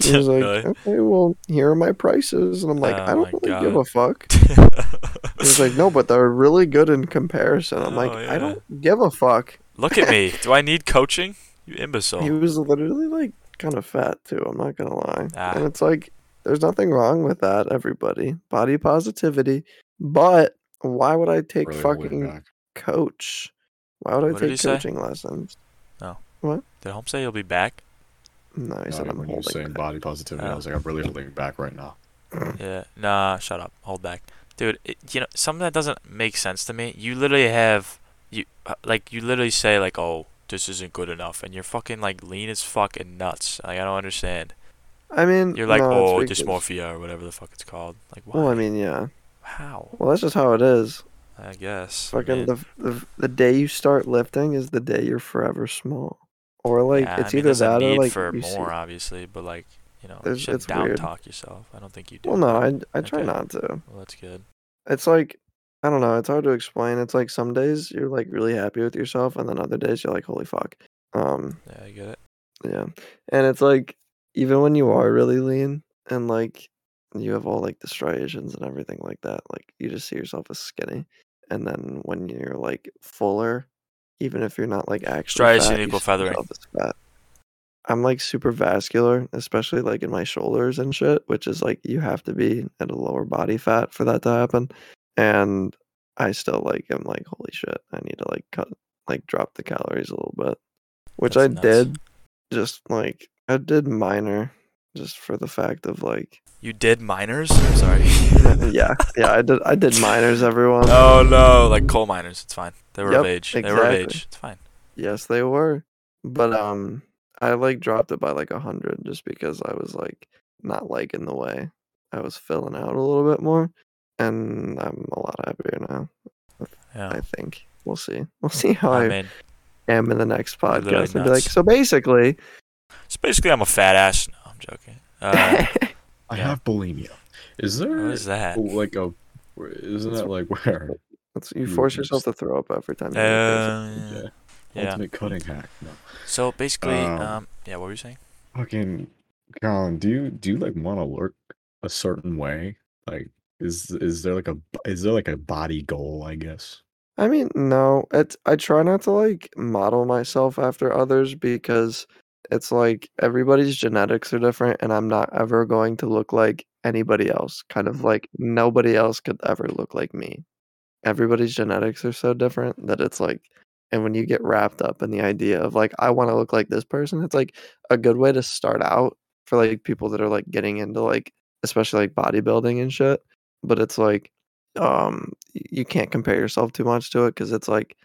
He was like, Really? "Okay, well, here are my prices," and I'm like, Oh "I don't my really give God. a fuck." uh, He was like, "No, but they're really good in comparison." I'm like, Oh, "I yeah. don't give a fuck." Look at me. Do I need coaching? You He imbecile. was literally like kind of fat too. I'm not gonna lie, Ah. and it's like there's nothing wrong with that. Everybody, body positivity, but why would I take Really laid fucking back. coach? Why would I What did he take say? coaching lessons? Did Holmes say he'll be back? No, he No, said I'm when you were saying holding. back." body positivity, I Oh. was like, I'm really holding back right now. Yeah. Nah, shut up. Hold back. Dude, it, you know, something that doesn't make sense to me. You literally have you uh, like you literally say like, "Oh, this isn't good enough." And you're fucking like lean as fuck and nuts. Like I don't understand. I mean, You're like, no, "Oh, it's because- dysmorphia or whatever the fuck it's called." Like why? Well, I mean, yeah. How? Well, that's just how it is. I guess. I Fucking mean, the, the the day you start lifting is the day you're forever small. Or like yeah, I it's mean, either there's a that or need like for you more, see- obviously, but like, you know, you There's- shouldn't it's weird. down talk yourself. I don't think you do. Well, no, I I try Okay. not to. Well, that's good. It's like I don't know. It's hard to explain. It's like some days you're like really happy with yourself, and then other days you're like, holy fuck. Um, Yeah, I get it. Yeah. And it's like even when you are really lean and like you have all like the striations and everything like that, like you just see yourself as skinny. And then when you're like fuller, even if you're not like actually Striation fat, you equal see feathering. yourself as fat. I'm like super vascular, especially like in my shoulders and shit, which is like you have to be at a lower body fat for that to happen. And I still like am like holy shit, I need to like cut like drop the calories a little bit, which That's I nuts. did. Just like I did minor, just for the fact of like You did miners? I'm sorry. yeah yeah I did I did minors everyone. Oh no, like coal miners. It's fine. They were Yep, of age. They were of exactly. age. It's fine. Yes, they were. But um I like dropped it by like a hundred just because I was like not liking the way I was filling out a little bit more. And I'm a lot happier now, Yeah. I think. We'll see. We'll see how Oh. I, I, mean, am in the next literally podcast. And be like, nuts. so basically so basically, I'm a fat ass. No, I'm joking. Uh, I Yeah. have bulimia. Is there what is that? like a? where- Isn't that like where? that's- you You- force you yourself just- to throw up every time you eat Uh, Yeah. yeah. Ultimate cutting hack. No. So basically, Um, um, yeah. What were you saying? Fucking Colin, do you do you like want to look a certain way? Like, is is there like a is there like a body goal? I guess. I mean, no, it's I try not to like model myself after others because it's like everybody's genetics are different and I'm not ever going to look like anybody else. Kind of like nobody else could ever look like me. Everybody's genetics are so different that it's like and when you get wrapped up in the idea of like I want to look like this person, it's like a good way to start out for like people that are like getting into like especially like bodybuilding and shit, but it's like um y- you can't compare yourself too much to it because it's like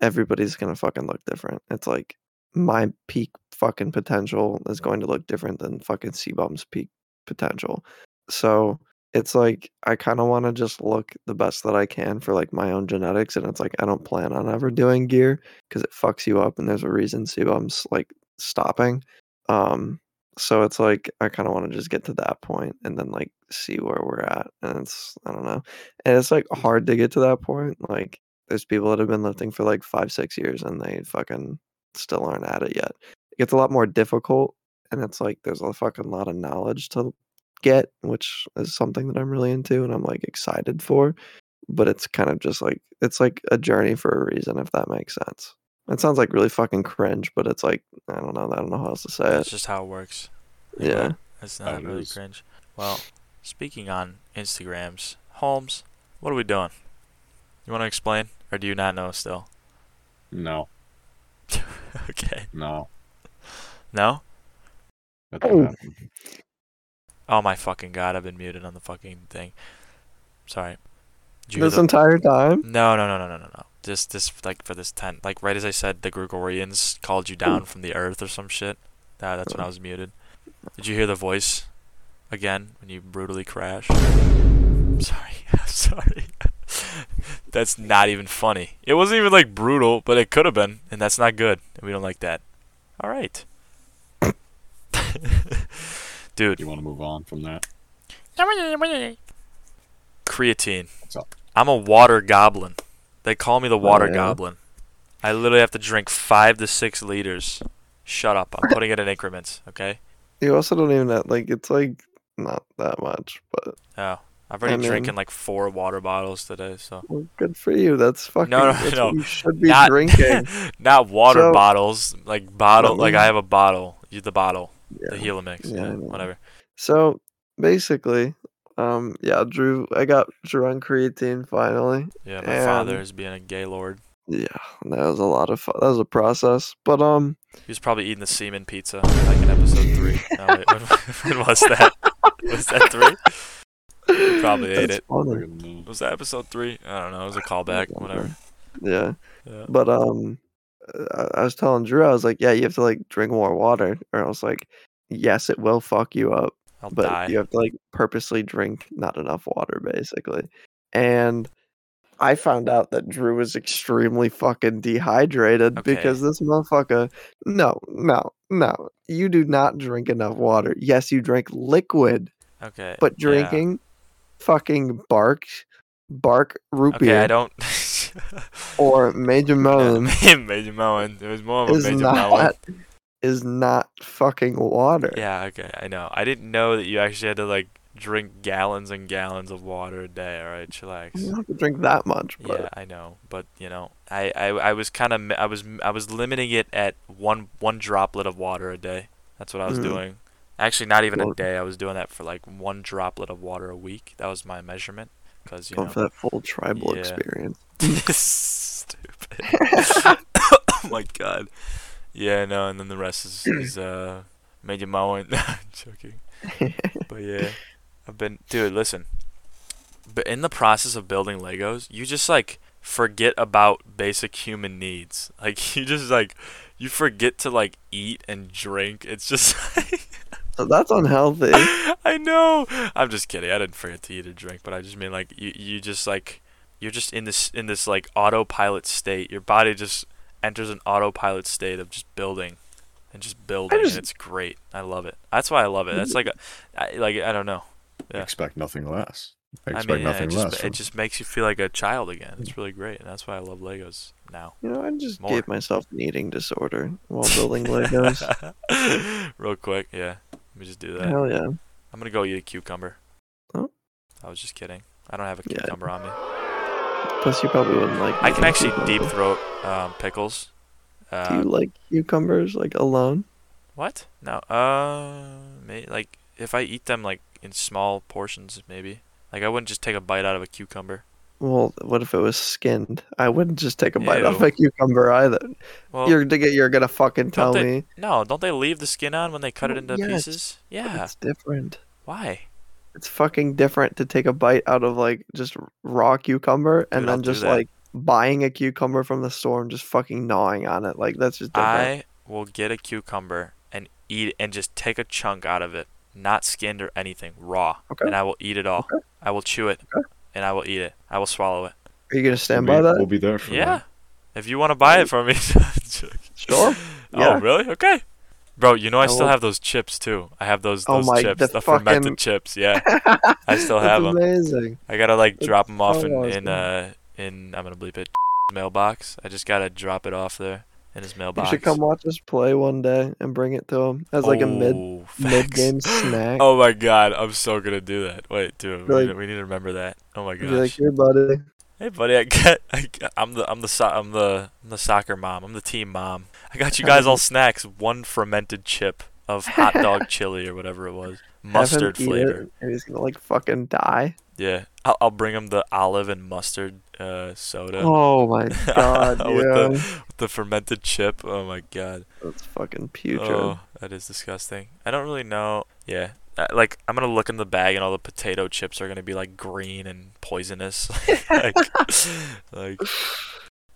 everybody's gonna fucking look different. It's like my peak fucking potential is going to look different than fucking Seabum's peak potential. So it's like I kind of want to just look the best that I can for like my own genetics, and it's like I don't plan on ever doing gear because it fucks you up, and there's a reason Seabum's like stopping. Um, so it's like I kind of want to just get to that point and then like see where we're at, and it's I don't know and it's like hard to get to that point. Like there's people that have been lifting for like five, six years and they fucking still aren't at it yet. It gets a lot more difficult, and it's like there's a fucking lot of knowledge to get, which is something that I'm really into and I'm like excited for. But it's kind of just like it's like a journey for a reason, if that makes sense. It sounds like really fucking cringe, but it's like I don't know. I don't know how else to say That's it. just how it works. uh, Yeah. That's Oh, not it really is. cringe. Well, speaking on Instagrams, Holmes, what are we doing? You want to explain, or do you not know still? No, okay. no. No. That's what Oh. happened. Oh my fucking god! I've been muted on the fucking thing. Sorry. Did you hear This the- entire time, No, no, no, no, no, no, no. Just this, like, for this tent. Like, right as I said, the Gregorians called you down from the earth or some shit. Nah, that's when I was muted. Did you hear the voice again when you brutally crashed? I'm sorry. I'm sorry. that's not even funny. It wasn't even, like, brutal, but it could have been, and that's not good. And we don't like that. All right. Dude, You want to move on from that? creatine. What's up? I'm a water goblin. They call me the water Oh, yeah? goblin. I literally have to drink five to six liters. Shut up. I'm putting it in increments, okay? you also don't even have, like it's like not that much, but Oh. I've already I mean- drinking like four water bottles today, so Well, good for you. That's fucking. no, that's no. What you should be Not- drinking. not water So- Mm. bottles, like bottle like I have a bottle. You the bottle. The Yeah. Helomix. Yeah, I Yeah, know. whatever. So basically, um, yeah, Drew. I got Drew on creatine finally. Yeah, my father Um, is being a gay lord. Yeah, that was a lot of fun. That was a process, but um, He was probably eating the semen pizza like in episode three. No, wait, when, when was that? Was that three? probably ate that's it. funny. Fucking no. Was that episode three? I don't know. It was a callback. Whatever. Yeah, Yeah. but um, I, I was telling Drew, I was like, yeah, you have to like drink more water, or I was like, yes, it will fuck you up. I'll but die. you have to like purposely drink not enough water basically and i found out that drew was extremely fucking dehydrated because this motherfucker no no no you do not drink enough water yes you drink liquid Okay. but Eh, yeah. drinking fucking bark bark root Okay, beer I don't. or major melon Major Melon. It was more of a is Major Melon. not is not fucking water Yeah. Okay. I know. I didn't know that you actually had to like drink gallons and gallons of water a day. All right, you chillax. don't have to drink that much but Yeah, I know, but you know, I, I, I was kind of I was I was limiting it at one one droplet of water a day. That's what I was Mhm. doing. Actually, not even a Well- day. I was doing that for like one droplet of water a week. That was my measurement. because you Going for know. that full tribal Yeah. experience. Stupid. oh my god. Yeah, no, and then the rest is, is uh made your mom and joking. But yeah. I've been dude, listen. But in the process of building Legos, you just like forget about basic human needs. Like you just like you forget to like eat and drink. It's just like So that's unhealthy. I know. I'm just kidding. I didn't forget to eat or drink, but I just mean like you, you just like you're just in this in this like autopilot state. Your body just enters an autopilot state of just building and just building. just- And it's great. I love it. That's why I love it. That's like a, I, like I don't know. Yeah. Expect nothing less. I I expect mean, yeah, nothing it just, less. It from- just makes you feel like a child again. It's really great, and that's why I love Legos now. You know, I just More. gave myself an eating disorder while building Legos. Real quick, yeah. Let me just do that. Hell yeah. I'm gonna go eat a cucumber. Oh. I was just kidding. I don't have a Yeah. cucumber on me. Plus, you probably wouldn't like. I can eating actually deep cucumbers. throat um, pickles. Do Uh, you like cucumbers like alone? what? No. Uh, may, like if I eat them like in small portions, maybe. Like I wouldn't just take a bite out of a cucumber. Well, what if it was skinned? I wouldn't just take a bite off Ew. a cucumber either. Well, you're gonna you're gonna fucking tell Don't they- me no. Don't they leave the skin on when they cut it Well, into yes, pieces? Yeah. it's different. Why? It's fucking different to take a bite out of like just raw cucumber and Dude, I'll then do just that. like buying a cucumber from the store and just fucking gnawing on it. Like that's just different. I will get a cucumber and eat it and just take a chunk out of it, not skinned or anything, raw. Okay. And I will eat it all. I will chew it. And I will eat it. I will swallow it. Are you gonna stand we'll by be, that? We'll be there for Yeah. If you want to buy it from me. Sure. Oh, Yeah. really? Okay. Bro, you know I I still will- have those chips too. I have those Oh those my- chips, the the, fermented fucking- chips. Yeah, I still have that's 'em. Amazing. I gotta like That's drop them off so in, awesome. in uh in I'm gonna bleep it mailbox. I just gotta drop it off there in his You mailbox. should come watch us play one day and bring it to him as like a mid Oh, facts. mid game snack. Oh my god, I'm so gonna do that. Wait, dude, we, Like- need, we need to remember that. Oh my Be gosh. like, here, buddy. hey, buddy, I got, I got, I'm the, I'm the, so, I'm the, I'm the soccer mom. I'm the team mom. I got you guys all snacks. One fermented chip of hot dog chili or whatever it was, Have him mustard eat it, flavor. and he's gonna like fucking die. Yeah, I'll, I'll bring him the olive and mustard uh, soda Oh my god, With yeah. with the fermented chip. Oh my god. That's fucking putrid. Oh, that is disgusting. I don't really know. Yeah. Uh, Like I'm gonna look in the bag and all the potato chips are gonna be like green and poisonous. like, like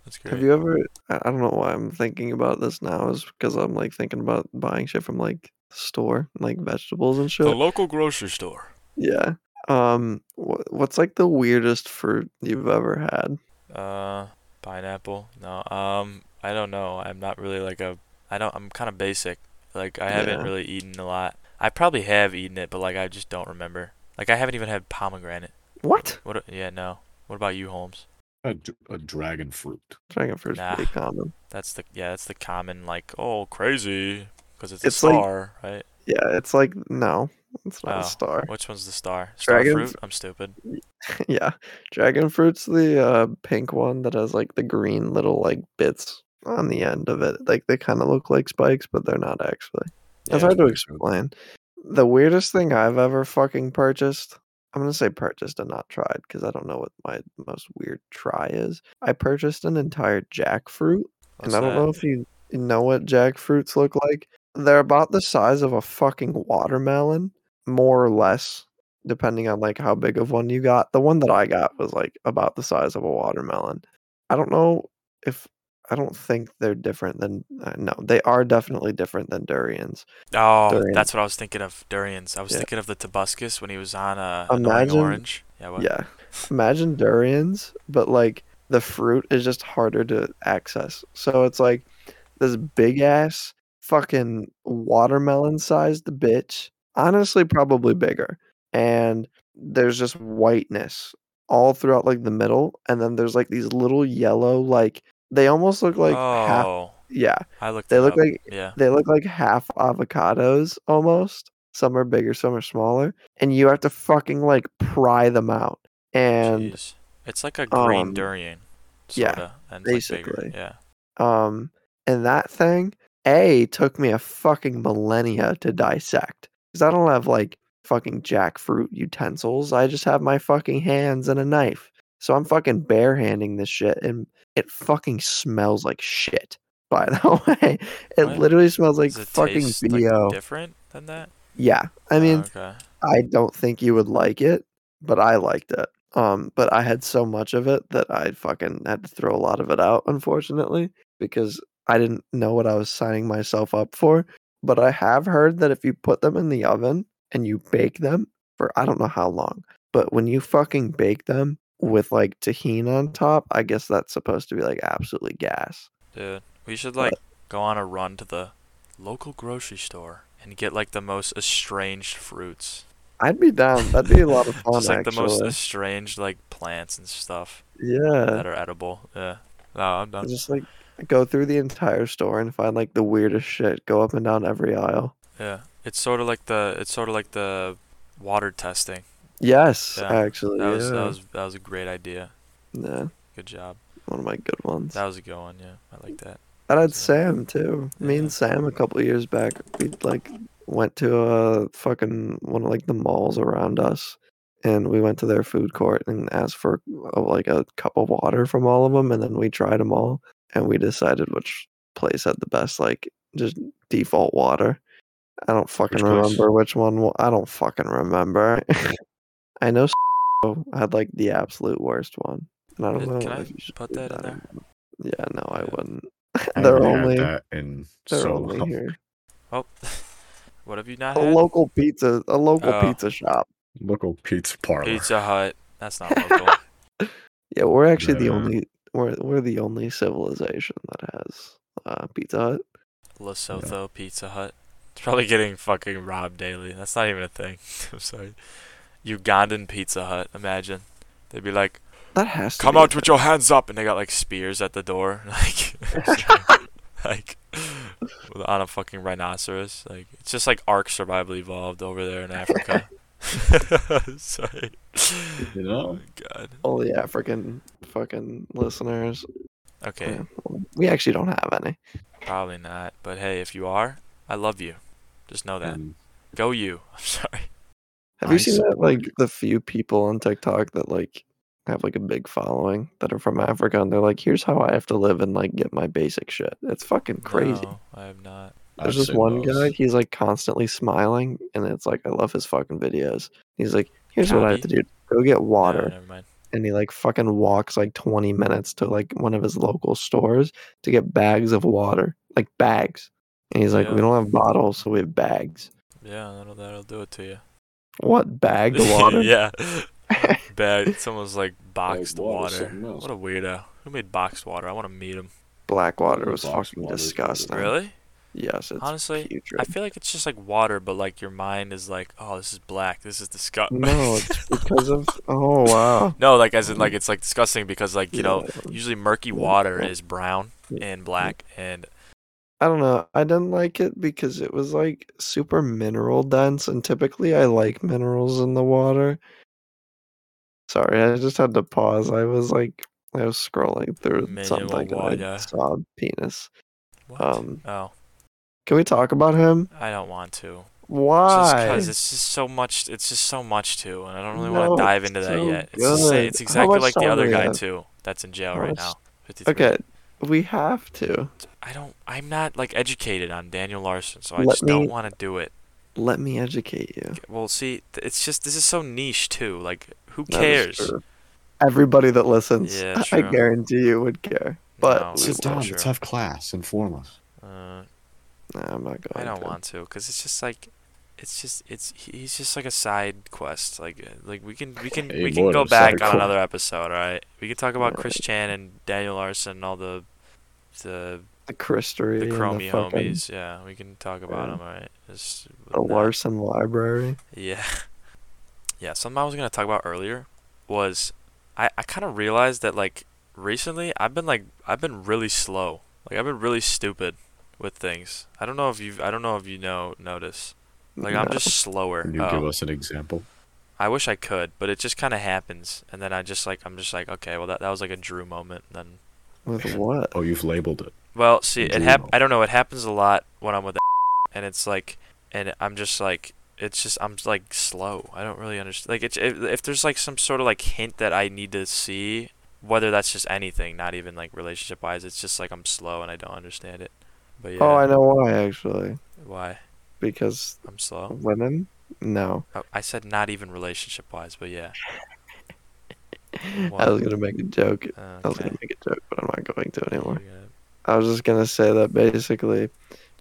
that's great. Have you ever? I I don't know why I'm thinking about this now. Is because I'm like thinking about buying shit from like the store, like vegetables and shit. the local grocery store. yeah. Um. Wh- what's like the weirdest fruit you've ever had? Uh, pineapple. No. Um, I don't know. I'm not really like a. I don't. I'm kind of basic. Like I haven't Yeah. really eaten a lot. I probably have eaten it, but like I just don't remember. Like I haven't even had pomegranate. What? What? Yeah, no. What about you, Holmes? that. A, d- a dragon fruit. Dragon fruit's Nah. pretty common. That's the yeah, that's the common like oh crazy because it's, It's a like- star, right? Yeah. It's like no, it's not Oh. a star. Which one's the star? Star Dragon fruit? I'm stupid. yeah, dragon fruit's the uh, pink one that has like the green little like bits on the end of it. Like they kind of look like spikes, but they're not actually. It's Yeah. hard to explain. The weirdest thing I've ever fucking purchased. I'm gonna say purchased and not tried because I don't know what my most weird try is. I purchased an entire jackfruit, and What's I don't that? know if you know what jackfruits look like. They're about the size of a fucking watermelon, more or less, depending on like how big of one you got. The one that I got was like about the size of a watermelon. I don't know if I don't think they're different than uh, no, they are definitely different than durians. Oh, Durian. that's what I was thinking of. Durians. I was Yeah. thinking of the Tobuscus when he was on uh Annoying Imagine- orange. Yeah. What? Yeah. Imagine durians, but like the fruit is just harder to access. So it's like this big ass fucking watermelon sized bitch. Honestly, probably bigger. And there's just whiteness all throughout like the middle. And then there's like these little yellow, like they almost look like half. oh, Yeah. I looked. They it look up. like Yeah. they look like half avocados almost. Some are bigger, some are smaller, and you have to fucking like pry them out. And Jeez. It's like a green um, durian. yeah, Sorta, and it's, like, bigger. basically. yeah. um and that thing a took me a fucking millennia to dissect cuz I don't have like fucking jackfruit utensils. I just have my fucking hands and a knife. So I'm fucking barehanding this shit and it fucking smells like shit. By the way, it What? literally smells like Does it fucking taste, like, BO. different than that. yeah. I Oh, mean, okay. I don't think you would like it, but I liked it. Um, but I had so much of it that I fucking had to throw a lot of it out, unfortunately, because I didn't know what I was signing myself up for. But I have heard that if you put them in the oven and you bake them for I don't know how long, but when you fucking bake them with like tahini on top, I guess that's supposed to be like absolutely gas. Dude, we should What? like go on a run to the local grocery store and get like the most estranged fruits. I'd be down. That'd be a lot of fun. Just like the actually. most estranged like plants and stuff yeah. that are edible. Yeah. No, I'm done. Just like go through the entire store and find like the weirdest shit. Go up and down every aisle. Yeah. It's sort of like the it's sort of like the water testing. Yes, Yeah, actually, That was yeah. that was that was a great idea. yeah, Good job. one of my good ones. That was a good one. Yeah, I like that. and I had yeah. Sam too. Me Yeah. and Sam a couple years back, we like went to a fucking one of like the malls around us, and we went to their food court and asked for uh, like a cup of water from all of them, and then we tried them all, and we decided which place had the best like just default water. I don't fucking place? remember which one. wa- I don't fucking remember. I know had like the absolute worst one, and I don't Did- know can I if you should put do that in there? Yeah, no, I Yeah. wouldn't. I They're haven't had only- that in They're so only long. here. Oh, what have you not A had? local pizza, a local Oh. pizza shop. Local pizza parlor. Pizza Hut. That's not local. Yeah, we're actually the Yeah. Mm-hmm. only we're we're the only civilization that has uh, Pizza Hut. Lesotho Pizza Hut. It's probably getting fucking robbed daily. That's not even a thing. I'm sorry. Ugandan Pizza Hut. Imagine they'd be like, That has to "Come be a out with your hands up," and they got like spears at the door, like, like with- on a fucking rhinoceros. Like it's just like Ark Survival Evolved over there in Africa. sorry. Oh You know? God. all the African fucking listeners. Okay. Yeah, well, We actually don't have any. Probably not. But hey, if you are, I love you. Just know Mm-hmm. that. And Go you. I'm sorry. Have you I seen that support- like the few people on TikTok that like have like a big following that are from Africa and they're like, here's how I have to live and like get my basic shit. It's fucking crazy. No, I have not. I've There's this seen one those. guy, he's like constantly smiling, and it's like, I love his fucking videos. He's like, here's what I have to do go get No, water. never mind. And he like fucking walks like 20 minutes to like one of his local stores to get bags of water, like bags. And he's like, Yeah. we don't have bottles, so we have bags. Yeah, that'll, that'll do it to you. What bag of water? yeah. Bad. Someone's like boxed water, water. something else. What a weirdo. Who made boxed water? I want to meet him. Black water Ooh, was box fucking water is pretty good. disgusting. Really? Yes, it's Honestly, putrid. I feel like it's just like water, but like your mind is like, oh, this is black. This is disgusting. No, it's because of. Oh, wow. no, like as in like it's like disgusting because like you know Yeah. usually murky Yeah. water is brown Yeah. and black and I don't know. I didn't like it because it was like super mineral dense, and typically I like minerals in the water. Sorry, I just had to pause. I was like, I was scrolling through Mineral something and I water. saw a penis. what? Um, oh, can we talk about him? I don't want to. Just Why? because it's just so much. It's just so much too, and I don't really No, want to dive it's into that so yet. It's, the sa- good. it's How exactly much like the time do other we guy have? too, that's in jail How right much- now. 53. okay, we have to. I don't. I'm not like educated on Daniel Larson, so I Let just don't me- want to do it. Let me educate you. Well, see, th- it's just this is so niche too. Like, who That is cares? true. Everybody that listens, Yeah, I true. guarantee you would care. But No, we Sit down. sure. Let's have class. Inform us. Uh, won't. Nah, I'm not going. I don't to. want to, cause it's just like, it's just it's he- he's just like a side quest. Like uh, like we can we can Hey, we can what go a back side on quest. another episode. All right, we can talk about Alright. Chris Chan and Daniel Larson, and all the the the Christery, the and Chromie fucking- homies. Yeah, we can talk about Yeah. them. All right, just The not- Larson Library. Yeah. Yeah, something I was gonna talk about earlier was I, I kinda realized that like recently I've been like I've been really slow. Like I've been really stupid with things. I don't know if you've I don't know if you know notice. Like I'm No. just slower. Can you give Oh, us an example? I wish I could, but it just kinda happens and then I just like I'm just like, okay, well that, that was like a Drew moment then with what? Oh, you've labeled it. Well, see, it hap- Zero. I don't know. It happens a lot when I'm with, and it's like, and I'm just like, it's just I'm like slow. I don't really understand. Like it's if, if there's like some sort of like hint that I need to see, whether that's just anything, not even like relationship wise, it's just like I'm slow and I don't understand it. But yeah, Oh, I know why actually. why Because I'm slow. women? No. Oh, I said not even relationship wise, but yeah. I was gonna make a joke. I was Okay. gonna make a joke, but I'm not going to anymore. You're gonna- I was just gonna say that basically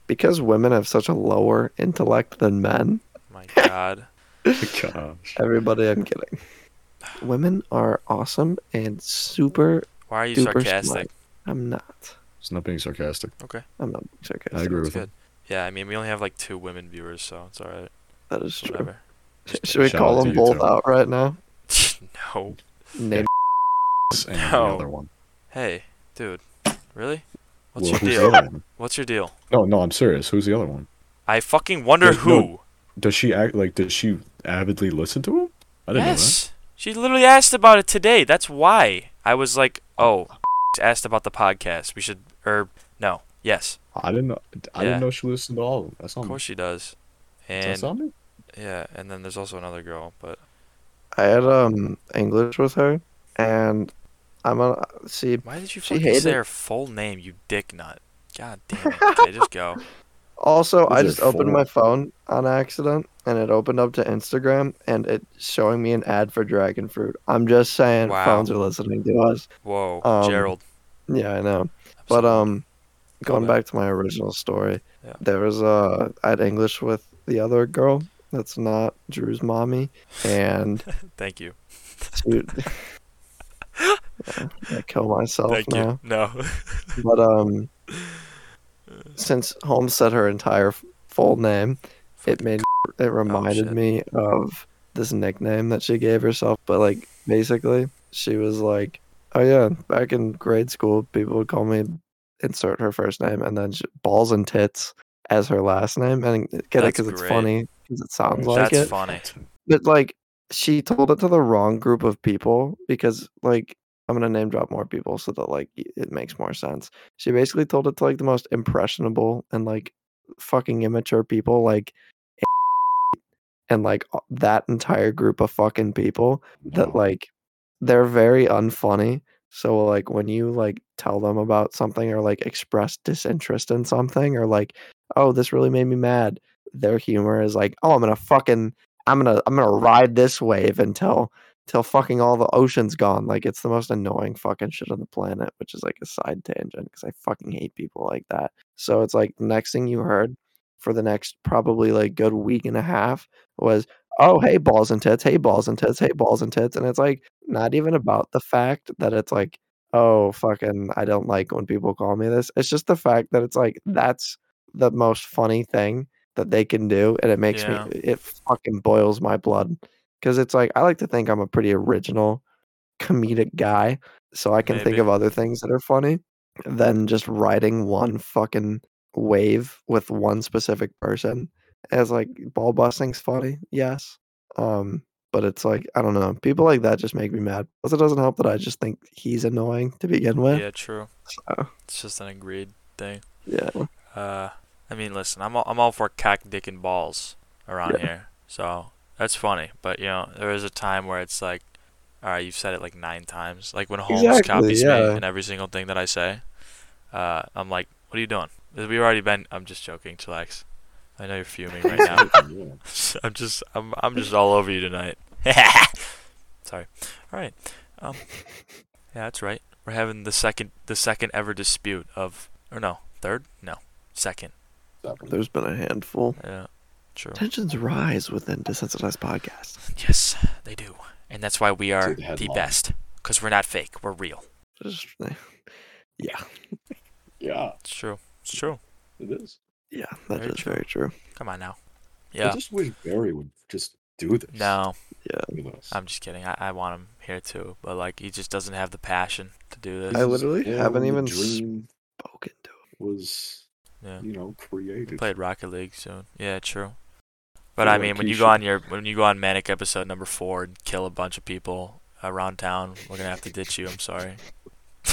because women have such a lower intellect than men, My God. Gosh. everybody I'm kidding. Women are awesome and super Why are you duper smart. sarcastic? I'm not. It's not being sarcastic. I'm not being sarcastic. I agree It's with him. good. Yeah, I mean, we only have like two women viewers, so it's alright. That is true. Whatever. Should we Shout call out to them you, both Tom. out right now? no. Name And the No. other one. Hey, dude. Really? What's your Well, who's the deal? other one? What's your deal? No, no, I'm serious. Who's the other one? I fucking wonder There's who. no- Does she act like? Does she avidly listen to him? I didn't yes. She literally asked about it today. That's why I was like, "Oh, asked about the podcast. We should or no. Yes. know that. I didn't. Know, I Yeah. didn't know she listened to all of them. That's on Of me. course she does." And That's on me. yeah, and then there's also another girl, but I had um English with her, and I'm gonna see why did you She fucking hated- say her full name, you dick nut? God damn it. Okay, just go. Also, Was I there just opened four? my phone on accident and it opened up to Instagram and it's showing me an ad for dragon fruit. I'm just saying Wow. phones are listening to us. Whoa, Um, Gerald. Yeah, I know. I'm But sorry. um going Go back to my original story, Yeah. there was uh I had English with the other girl that's not Drew's mommy and Thank you. dude Yeah, I kill myself Thank now. you. No. But um, since Holmes said her entire f- full name, it made it reminded Oh, shit. me of this nickname that she gave herself. But like basically, she was like, "Oh yeah, back in grade school, people would call me insert her first name and then she, balls and tits as her last name, and get it That's because it's great. funny because it sounds like That's it." funny. But like she told it to the wrong group of people because like I'm gonna name drop more people so that like y- it makes more sense. She basically told it to like the most impressionable and like fucking immature people, like and like a- that entire group of fucking people that Wow. like they're very unfunny. So like when you like tell them about something or like express disinterest in something or like, oh, this really made me mad, their humor is like, oh, I'm gonna fucking I'm gonna I'm gonna ride this wave until till fucking all the ocean's gone. Like it's the most annoying fucking shit on the planet, which is like a side tangent because I fucking hate people like that. So it's like the next thing you heard for the next probably like good week and a half was, oh hey balls and tits, hey balls and tits, hey balls and tits, and it's like not even about the fact that it's like oh fucking I don't like when people call me this. It's just the fact that it's like that's the most funny thing that they can do and it makes Yeah. me it fucking boils my blood cuz it's like I like to think I'm a pretty original comedic guy so I can think Maybe. of other things that are funny than just riding one fucking wave with one specific person as like ball busting's funny yes um but it's like I don't know. People like that just make me mad. Plus, it doesn't help that I just think he's annoying to begin with. Yeah, true. So, It's just an agreed thing. yeah. Uh, I mean, listen, I'm all, I'm all for cock, dick, and balls around Yeah. here, so that's funny. But you know, there is a time where it's like, all right, you've said it like nine times. Like when Holmes Exactly, copies yeah. me in every single thing that I say, uh, I'm like, what are you doing? We've already been. I'm just joking, chillax. I know you're fuming right now. Yeah. I'm just, I'm, I'm just all over you tonight. Sorry. All right. Um, yeah, that's right. We're having the second, the second ever dispute of, or no, third? No, second. There's been a handful. Yeah, true. Tensions rise within desensitized podcast. Yes, they do, and that's why we are Dude, the headline. best, because we're not fake, we're real. Just, eh, yeah, Yeah, It's true. It's true. it is. yeah, that Very is very true. Come on now. I Yeah. just wish Barry would just do this. No, with us. I'm just kidding. I, I want him here too, but like he just doesn't have the passion to do this. I This is literally all haven't the even dream Spoken to was Yeah. you know We created. played Rocket League soon. Yeah, true. But Feel I like mean, when he you go should- on your when you go on manic episode number four and kill a bunch of people around town, we're gonna have to ditch you. I'm sorry.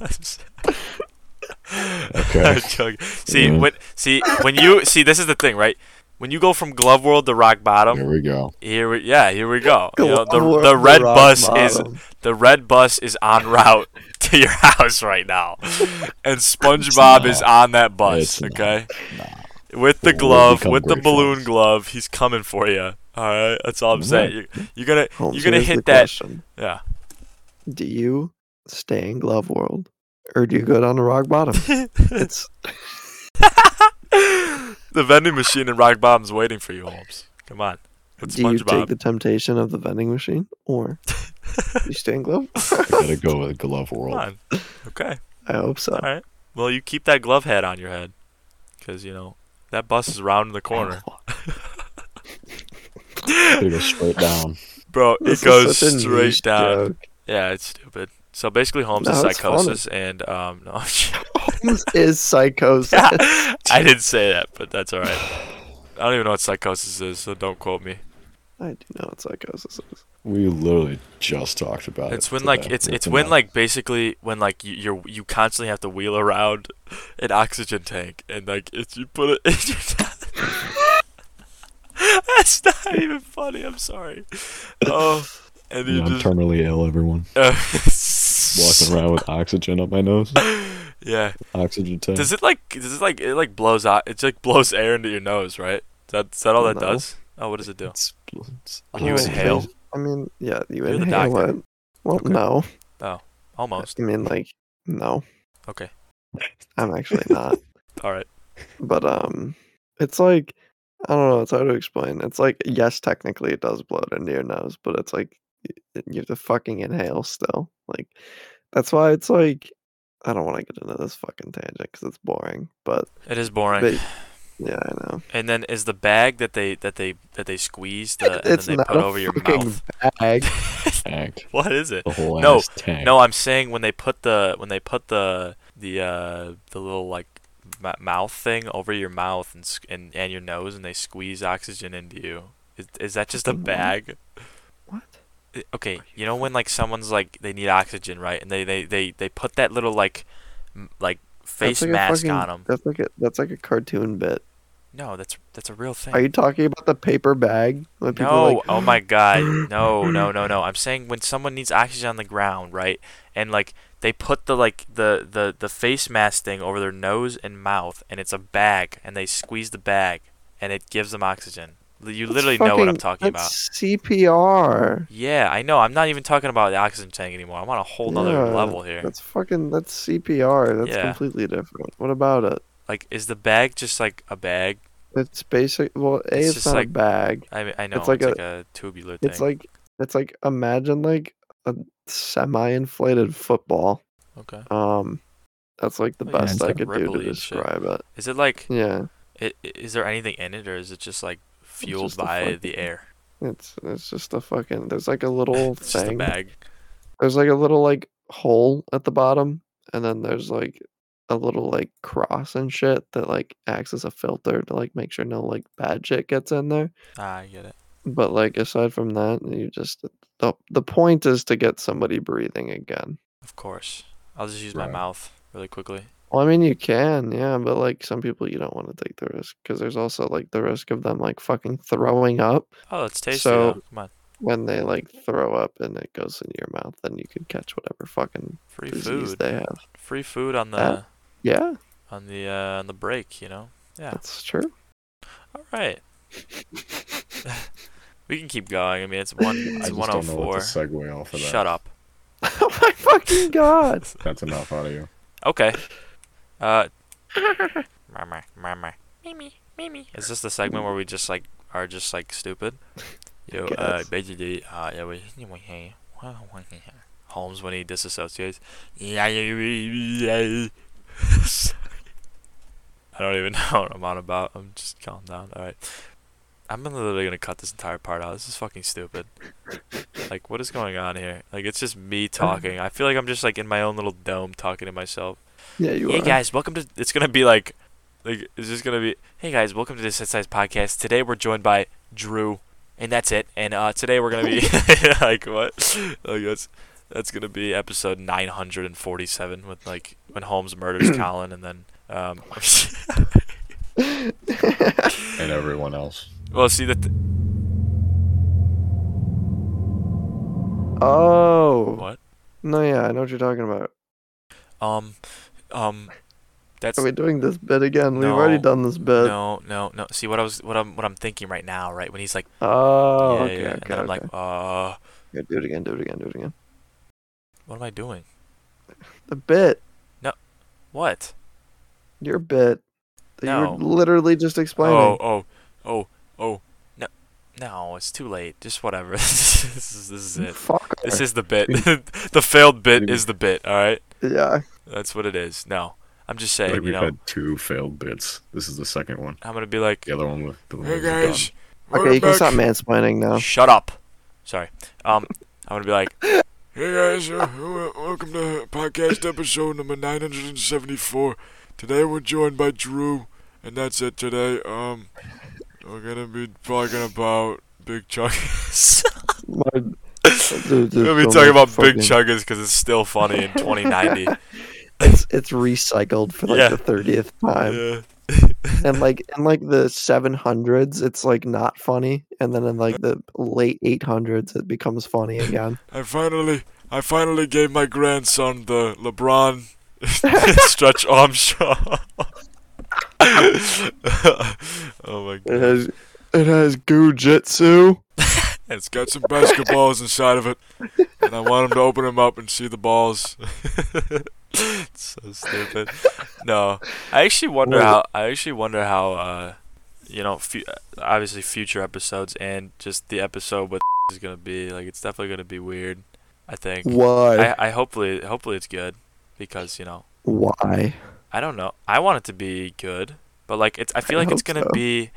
I'm joking. See Yeah. when see when you see this is the thing, right? when you go from glove world to rock bottom, There we go. here we yeah, here we go. You know, Glove the World the to red rock bus is bottom. the red bus is en route to your house right now, and SpongeBob is not. on that bus. It's not. okay, Nah. with the We'll glove, become with the great balloon friends. glove, he's coming for you. All right, that's all I'm saying. You're, you're gonna Holmes, you're gonna here's the hit that. question. Yeah. Do you stay in Glove World or do you go down to rock bottom? It's the vending machine in Rock Bottom's waiting for you, Holmes. Come on. With do you take SpongeBob. the temptation of the vending machine or do you stay in Glove? Gotta go with Glove Come World. on. Okay. I hope so. Alright. Well, you keep that glove hat on your head. Because, you know, that bus is round in the corner. Gotta go straight down. Bro, This it is goes such a straight niche down. joke. Yeah, it's stupid. So basically, Holmes is No, it's funny. psychosis, and um, no, This is psychosis. I didn't say that, but that's all right. I don't even know what psychosis is, so don't quote me. I do know what psychosis is. We literally just talked about it. It's when like today. it's With it's the when map. like basically when like you you're, you constantly have to wheel around an oxygen tank and like if you put it in your That's not even funny. I'm sorry. Oh, and Yeah, you I'm just terminally ill, everyone. Walking uh, around with oxygen up my nose. yeah. Oxygen tank. Does it like does it like it like blows out? It like blows air into your nose, right? Is that is that all that No. does? Oh, what does it do? It's- it's- You Oh, inhale? okay. I mean, yeah, you You're the inhale doctor. it. Well, Okay. no. Almost. I mean, like, no. Okay. I'm actually not. All right. but um, it's like I don't know. It's hard to explain. It's like yes, technically it does blow it into your nose, but it's like y- you have to fucking inhale still. Like that's why it's like I don't want to get into this fucking tangent because it's boring. But It is boring. they, yeah, I know. And then is the bag that they that they that they squeeze the, and it's then they not put a over your fucking mouth? bag. Tank. What is it? Oh The whole No, ass tank. No, I'm saying when they put the when they put the the uh the little like m- mouth thing over your mouth and s- and and your nose and they squeeze oxygen into you. Is is that just a Fucking what? bag? What? I- Okay, you know when like someone's like they need oxygen, right? And they they they they put that little like m- like face That's like a mask fucking- on them. That's like a that's like a cartoon bit. No, that's that's a real thing. Are you talking about the paper bag? When people No, are like, oh my god. No, no, no, no. I'm saying when someone needs oxygen on the ground, right? And like they put the like the the the face mask thing over their nose and mouth and it's a bag and they squeeze the bag and it gives them oxygen. L- You That's literally know what I'm fucking- talking about. that's CPR. Yeah, I know. I'm not even talking about the oxygen tank anymore. I'm on a whole nother Yeah, level here. That's fucking that's CPR. That's Yeah. completely different. What about it? Like is the bag just like a bag? It's basic. Well, a It's it's, just not a like- bag. I mean, I know it's like a- like a tubular thing. It's like it's like imagine like a semi-inflated football. okay. Um, that's like the Oh, yeah, best it's I like could do ribbly to and shit. describe it. Is it like Yeah, i i- is there anything in it or is it just like fueled just a by fucking- the air? it's it's just a fucking. There's like a little It's just a thing. bag. There's like a little like hole at the bottom, and then there's like a little like cross and shit that like acts as a filter to like make sure no like bad shit gets in there. Ah, I get it. But like aside from that, you just the the point is to get somebody breathing again. Of course. I'll just use my Right. mouth really quickly. Well, I mean you can, yeah, but like some people you don't want to take the risk because there's also like the risk of them like fucking throwing up Oh, it's tasty. So- though. Come on. when they like throw up and it goes into your mouth, then you could catch whatever fucking Free disease food. they have. Free food on the That- Yeah, on the uh, on the break, you know. Yeah. that's true. All right. we can keep going. I mean, it's one I it's just I just don't know what 104. to segue off of that. Shut up. oh my fucking god! That's enough audio. Okay. Uh Mama, mama. Mimi, Mimi. Is this the segment where we just like are just like stupid? Yo, uh, Guess. basically, uh, yeah, we, yeah, we, hey, wow, wow, yeah. Holmes when he disassociates. Yeah, yeah, yeah, yeah. I don't even know what I'm on about. I'm just calm down. All right, I'm literally gonna cut this entire part out. This is fucking stupid. Like, what is going on here? Like, it's just me talking. I feel like I'm just like in my own little dome talking to myself. Yeah, you Hey are. guys, welcome to. It's gonna be like, like it's just gonna be. Hey guys, welcome to the Set Size Podcast. Today we're joined by Drew, and that's it. And uh, today we're gonna be like what? Like that's that's gonna be episode 947 with like when Holmes murders Colin, and then um, and everyone else. Well, see that. oh. What? No, yeah, I know what you're talking about. Um, um, that's Are we doing this bit again? We've already No. done this bit. no, no, no. See what I was, what I'm, what I'm thinking right now, right? When he's like, Oh, yeah, okay, yeah, and okay, then I'm okay. like, uh, Yeah, do it again, do it again, do it again. what am I doing? The bit, What? your bit. that No. You were literally just explaining. Oh, oh, oh, oh. No, no, it's too late. Just whatever. this is, this is it. Fuck. This is the bit. the failed bit Maybe- is the bit. All right, Yeah. that's what it is. No, I'm just Like saying. we've You know, had two failed bits. This is the second one. I'm gonna be like, The other one was the one hey was done. guys, Okay, we're you can stop back." mansplaining now. Shut up. Sorry. Um, I'm gonna be like, hey guys, uh, uh, welcome to podcast episode number 974. Today we're joined by Drew, and that's it today. Um, we're gonna be talking about big chuggers. Lord, we're gonna be talking about big chuggers because it's still funny in 2090. it's it's recycled for like Yeah. the thirtieth time, yeah. and like in like the seven hundreds, it's like not funny, and then in like the late eight hundreds, it becomes funny again. I finally, I finally gave my grandson the LeBron stretch Armstrong. oh my god! it has gujitsu. It's got some basketballs inside of it, and I want him to open them up and see the balls. it's so stupid. No, I actually wonder Well- how. I actually wonder how. Uh, you know, fu- obviously future episodes and just the episode with is gonna be like. It's definitely gonna be weird. I think. Why? I, I hopefully hopefully it's good because you know Why? I don't know I want it to be good but like it's I feel I like it's hope gonna so. be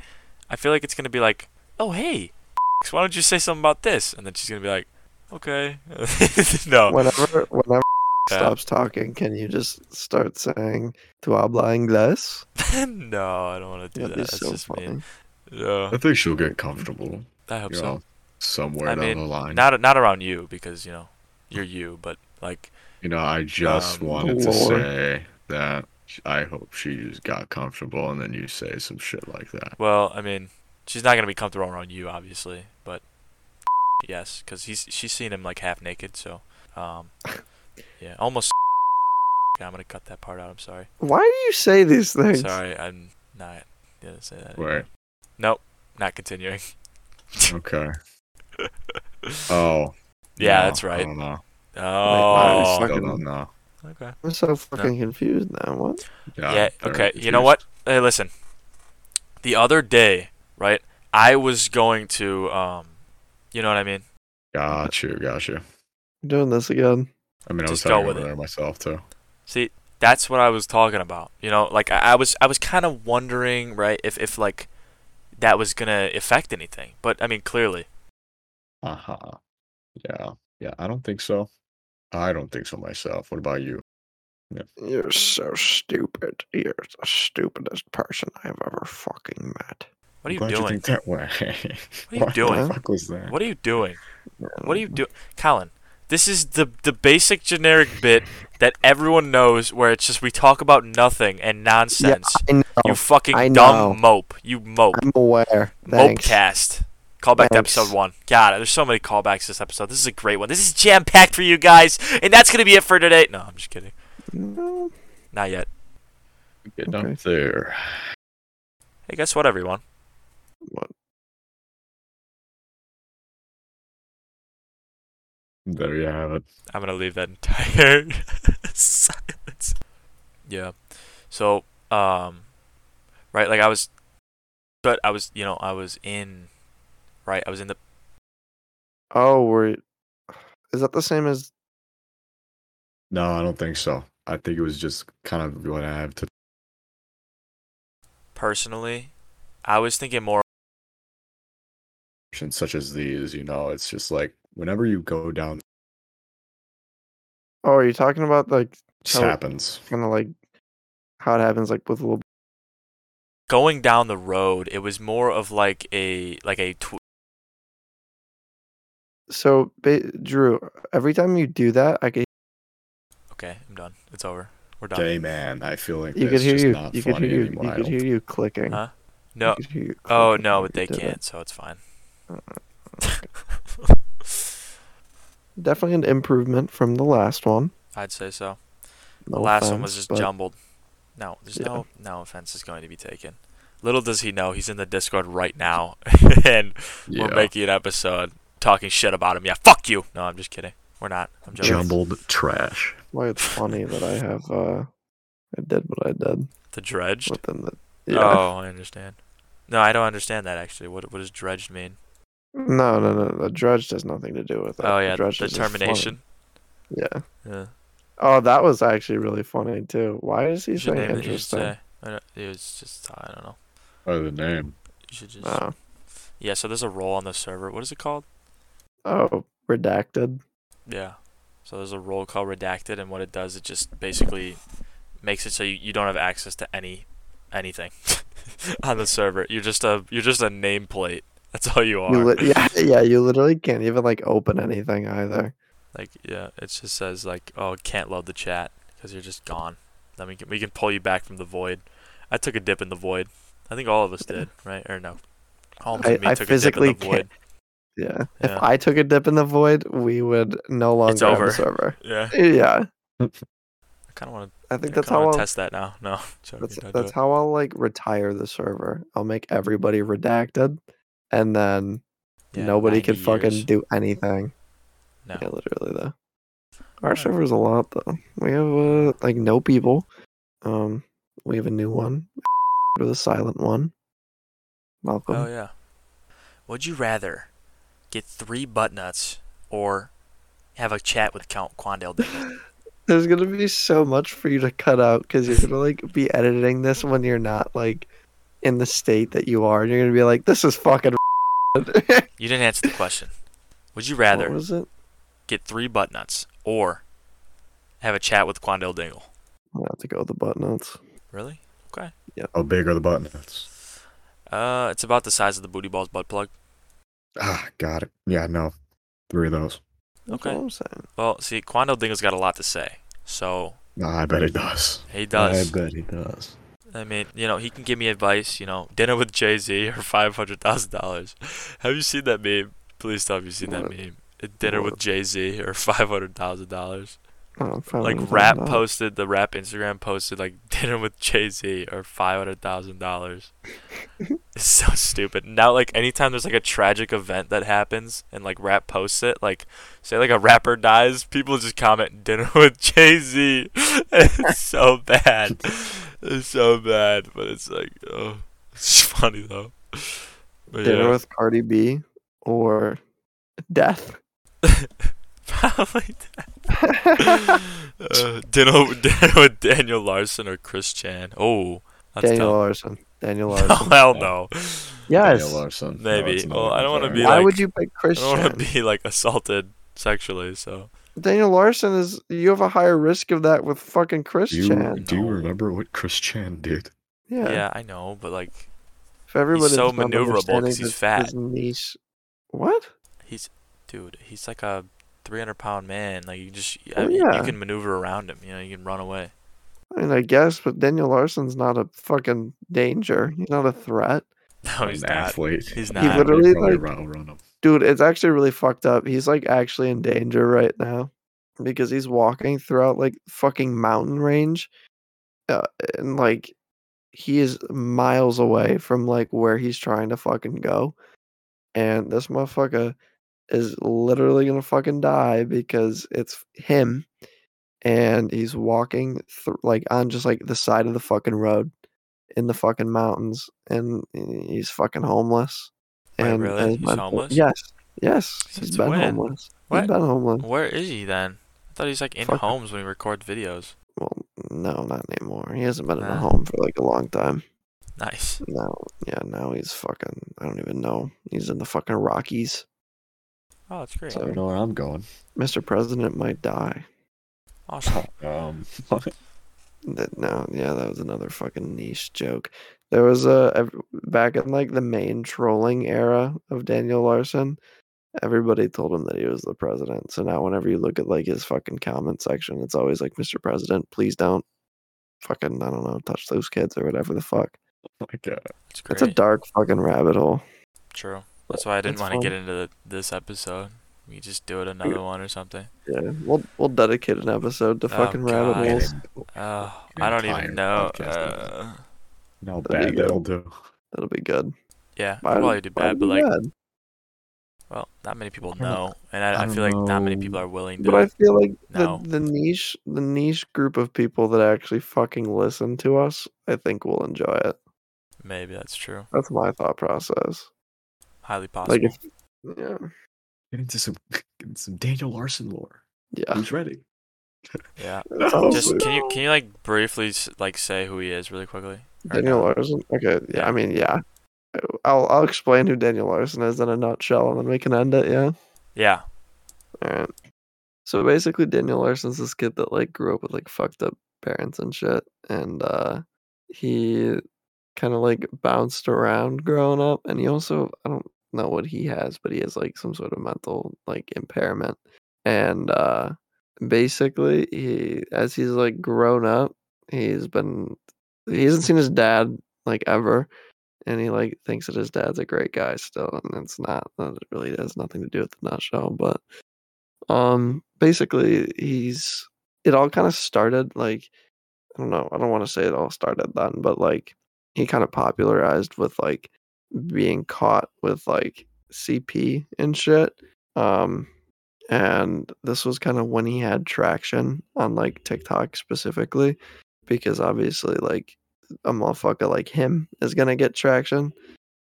I feel like it's gonna be like oh hey why don't you say something about this and then she's gonna be like okay no Whenever whenever Yeah. stops talking, can you just start saying "tu habla inglés"? no I don't want to do That'd be that that's so just funny. me yeah I think she'll get comfortable. I hope You so know, somewhere I down mean, the line. not not around you because you know you're you but like you know, I just um, wanted to Lord. say that I hope she just got comfortable, and then you say some shit like that. well I mean she's not gonna be comfortable around you obviously but yes because he's she's seen him like half naked so um yeah almost okay, i'm gonna cut that part out i'm sorry Why do you say these things? sorry i'm not gonna say that Wait, not continuing okay. Oh. yeah no, that's I right don't know. Oh. I oh still don't know. okay I'm so fucking confused now. What? yeah very okay you know confused. what hey listen the other day right i was going to um you know what i mean Got you, got you. I'm doing this again. I mean, I was Just go talking with over it. there myself too. See, that's what I was talking about. You know, like I, I was I was kind of wondering, right, if if like that was gonna affect anything. But I mean, clearly, Uh huh. Yeah, yeah. I don't think so. I don't think so myself. What about you? You're so stupid. You're the stupidest person I've ever fucking met. what are I'm you glad You doing? think that way. What are you doing? The fuck was that? What are you doing? What are you doing, Colin? This is the the basic generic bit that everyone knows, where it's just we talk about nothing and nonsense. I know. you Oh, fucking I know. dumb mope. You mope. I'm aware. Thanks. Mopecast. Callback to Thanks. episode one. God, there's so many callbacks this episode. This is a great one. This is jam packed for you guys, and that's gonna be it for today. No, I'm just kidding. No. Not yet. Get Okay. up there. Hey, guess what, everyone? What? There you have it. I'm gonna leave that entire silence. Yeah. So, um, right, like I was, but I was, you know, I was in, right, I was in the Oh, we're. Is that the same as? No, I don't think so. I think it was just kind of what I have to. personally. I was thinking more. options Such as these, you know, it's just like whenever you go down, it Oh, are you talking about like just Oh. happens. kind of like how it happens like with little? going down the road. It was more of like a like a tw- So, ba- Drew, every time you do that, I could okay. I'm done. It's over. We're done. Gay man, I feel like you could that's hear just you. not You could funny hear you. anymore. You I could don't hear you clicking. Huh? No. You could hear your Oh coffee no, when but they you did it. can't, so it's fine. Definitely an improvement from the last one. I'd say so. The No last one was offense, just but jumbled. No, there's Yeah. no no offense is going to be taken. Little does he know he's in the Discord right now, and we're making an episode talking shit about him. Yeah, fuck you. No, I'm just kidding. We're not. I'm joking. Jumbled trash. Why it's funny that I have uh, I did what I did The dredged. within the. Yeah. Oh, I understand. No, I don't understand that actually. What what does dredged mean? No, no, no. The dredge has nothing to do with it. Oh yeah, dredge is just funny. determination. Yeah. Yeah. Oh, that was actually really funny too. Why is he You should saying name it. You should interesting? say. I don't- It was just I don't know. By the name. You should just. Oh, Yeah. So there's a role on the server. What is it called? oh, redacted. Yeah. So there's a role called redacted, and what it does, it just basically makes it so you, you don't have access to any anything on the server. You're just a you're just a nameplate. That's all you are. You li- yeah, yeah. You literally can't even like open anything either. like yeah, it just says like oh can't load the chat because you're just gone. Then we can we can pull you back from the void. I took a dip in the void. I think all of us did, right? Or no? Holmes I- and me I took a physically dip in the void. Yeah. Yeah. If I took a dip in the void, we would no longer have over. a server. Yeah. Yeah. I kind of want I think to. that's how I'll test that now. No, joking, That's, don't do that's it. how I'll like retire the server. I'll make everybody redacted, and then Yeah, nobody can 90 fucking years. do anything. No. Yeah, literally though. Our server's a lot though. We have uh, like no people. Um, we have a new one with a silent one. Malcolm. Oh yeah. Would you rather get three butt nuts or have a chat with Count Quandale Davis? There's gonna be so much for you to cut out because you're gonna like be editing this when you're not like in the state that you are, and you're gonna be like, "This is fucking." what You didn't answer the question. Would you rather was it? get three butt nuts or have a chat with Quandale Dingle? I have to go with the butt nuts. Really? How big are Oh, the button nuts? Uh, it's about the size of the booty ball's butt plug. Ah, got it. Yeah, no. Three of those. That's Okay. what I'm saying. Well, see, Quandale Dingle's got a lot to say, so Nah, I bet he does. he does. I bet he does. I mean, you know, he can give me advice, you know, dinner with Jay Z or five hundred thousand dollars. Have you seen that meme? Please tell me you've seen that What? meme. A Dinner with What? Jay Z or five hundred thousand dollars. Oh, I'm fine Like with rap that. posted the rap Instagram posted like dinner with Jay Z or five hundred thousand dollars. It's so stupid. Now like anytime there's like a tragic event that happens and like rap posts it, like say like a rapper dies, people just comment dinner with Jay Z. it's so bad. It's so bad, but it's like oh, it's funny though. But dinner yeah. with Cardi B or death. Probably uh, dinner, dinner with Daniel Larson or Chris Chan. Oh, that's Daniel tough. Larson. Daniel Oh, Larson. hell no. yes. Daniel Larson. No, Maybe. it's another Well, I one don't want to there. be Why like. would you pick I don't Christian? want to be like assaulted sexually. So Daniel Larson is. You have a higher risk of that with fucking Do you, Christian. do you No. remember what Chris Chan did? Yeah. yeah, I know, but like If everybody's so not maneuverable 'cause understanding he's this- fat. this niche- What? he's, dude, he's like a 300 pound man. Like you just, Oh, I mean, yeah. you can maneuver around him. You know, you can run away. I mean, I guess, but Daniel Larson's not a fucking danger. He's not a threat, No, he's An not. athlete. He's He not. He literally, probably like- run- run him. dude. It's actually really fucked up. He's like actually in danger right now because he's walking throughout like fucking mountain range, uh, and like he is miles away from like where he's trying to fucking go, and this motherfucker is literally gonna fucking die because it's him, and he's walking thr like on just like the side of the fucking road in the fucking mountains, and he's fucking homeless. Wait, really? has He's been ho- homeless? Yes, yes, he's Since been when? homeless. What? He's been homeless. Where is he then? I thought he's like in Fuck. homes when he records videos. Well, no, not anymore. He hasn't been in a Nah. home for like a long time. Nice. Now, yeah, now he's fucking. I don't even know. He's in the fucking Rockies. Oh, that's great. So You know where I'm going. Mr. President might die. Awesome. Um, That no, yeah, that was another fucking niche joke. There was a ev- back in like the main trolling era of Daniel Larson. Everybody told him that he was the president. So now, whenever you look at like his fucking comment section, it's always like, "Mr. President, please don't fucking I don't know touch those kids or whatever the fuck." Like, uh, It's great. That's a dark fucking rabbit hole. True. That's why I didn't It's want to get fun. into the, this episode. We could just do it another one or something. Yeah, we'll we'll dedicate an episode to Oh, fucking rabbit God. holes. Oh, An I don't entire even know. podcast Uh, no There you bad go. that'll do. That'll be good. yeah, Why I'd probably do Why bad, but do like, that? well, not many people I don't- know, and I I, I don't feel like not many know. people are willing but I to. feel like the, No. the niche the niche group of people that actually fucking listen to us, I think will enjoy it. Maybe that's true. That's my thought process. Highly possible. Like if yeah, Get into some, get into some Daniel Larson lore. yeah. Who's ready? yeah. No, Just Hopefully. can you can you like briefly s- like say who he is really quickly? Or Daniel no? Larson. Okay, yeah. Yeah. I mean, yeah. I'll I'll explain who Daniel Larson is in a nutshell, and then we can end it. Yeah. Yeah. All right. So basically, Daniel Larson's this kid that like grew up with like fucked up parents and shit, and uh, he kind of like bounced around growing up, and he also I don't know what he has, but he has like some sort of mental like impairment, and uh, basically he as he's like grown up, he's been he hasn't seen his dad like ever. And he like thinks that his dad's a great guy still, and it's not. That really has nothing to do with the nutshell, but um basically he's it all kind of started like i don't know i don't want to say it all started then but like he kind of popularized with like being caught with like cp and shit um and this was kind of when he had traction on like tiktok specifically because obviously like a motherfucker like him is gonna get traction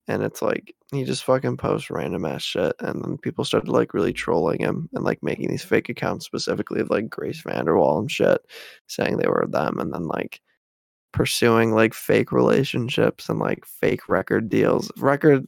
and it's like he just fucking posts random ass shit and then people started like really trolling him and like making these fake accounts specifically of like grace vanderwall and shit saying they were them and then like pursuing like fake relationships and like fake record deals record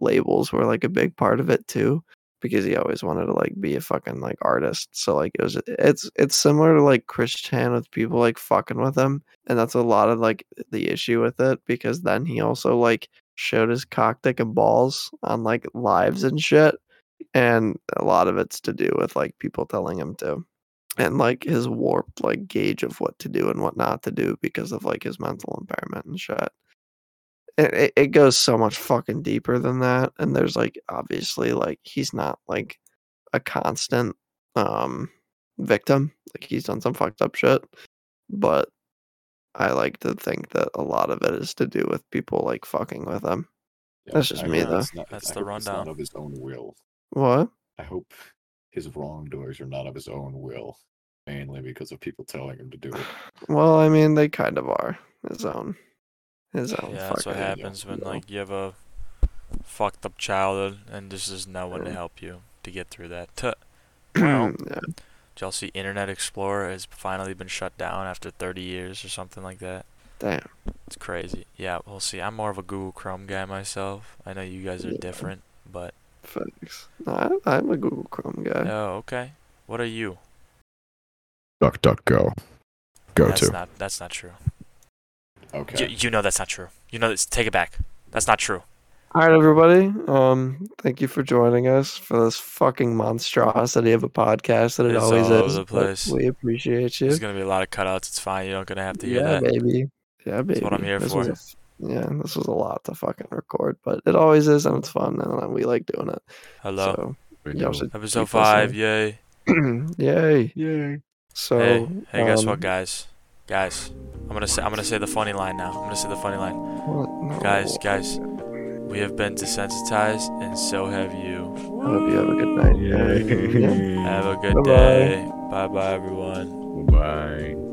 labels were like a big part of it too because he always wanted to like be a fucking like artist so like it was it's it's similar to like chris chan with people like fucking with him and that's a lot of like the issue with it because then he also like showed his cock dick and balls on like lives and shit and a lot of it's to do with like people telling him to and like his warped like gauge of what to do and what not to do because of like his mental impairment and shit it, it, it goes so much fucking deeper than that and there's like obviously like he's not like a constant um victim like he's done some fucked up shit but I like to think that a lot of it is to do with people like fucking with him. That's just me, though. That's the rundown. Not of his own will. What? I hope his wrongdoings are not of his own will, mainly because of people telling him to do it. Well, I mean, they kind of are his own. His own. Yeah, that's what fucking- yeah, happens when no. like you have a fucked up childhood and there's just no one to Yeah. help you to get through that. Tuh. Wow. yeah. Did y'all see Internet Explorer has finally been shut down after 30 years or something like that? Damn. It's crazy. Yeah, we'll see. I'm more of a Google Chrome guy myself. I know you guys are Yeah. different, but Facts. No, I, I'm a Google Chrome guy. oh, okay. What are you? Duck, duck, go. Go that's to. not. That's not true. Okay. You, you know that's not true. You know this. Take it back. That's not true. All right, everybody. Um, thank you for joining us for this fucking monstrosity of a podcast that it It's always all over is. the but place. We appreciate you. There's gonna be a lot of cutouts. It's fine. You're not gonna have to hear yeah, that. baby. Yeah, baby. what I'm here This for. was a f- yeah, this was a lot to fucking record, but it always is, and it's fun, and uh, we like doing it. Hello. So. We Yeah, I do. said- Episode Keep five. listening. Yay. Yay. Yay. So hey, hey, guess um, what, guys? Guys, I'm gonna say I'm gonna say the funny line now. I'm gonna say the funny line. what- no. Guys, guys, we have been desensitized, and so have you. I hope you have a good night. Yay. Yeah. Have a good Bye-bye. day. Bye bye, everyone. Bye.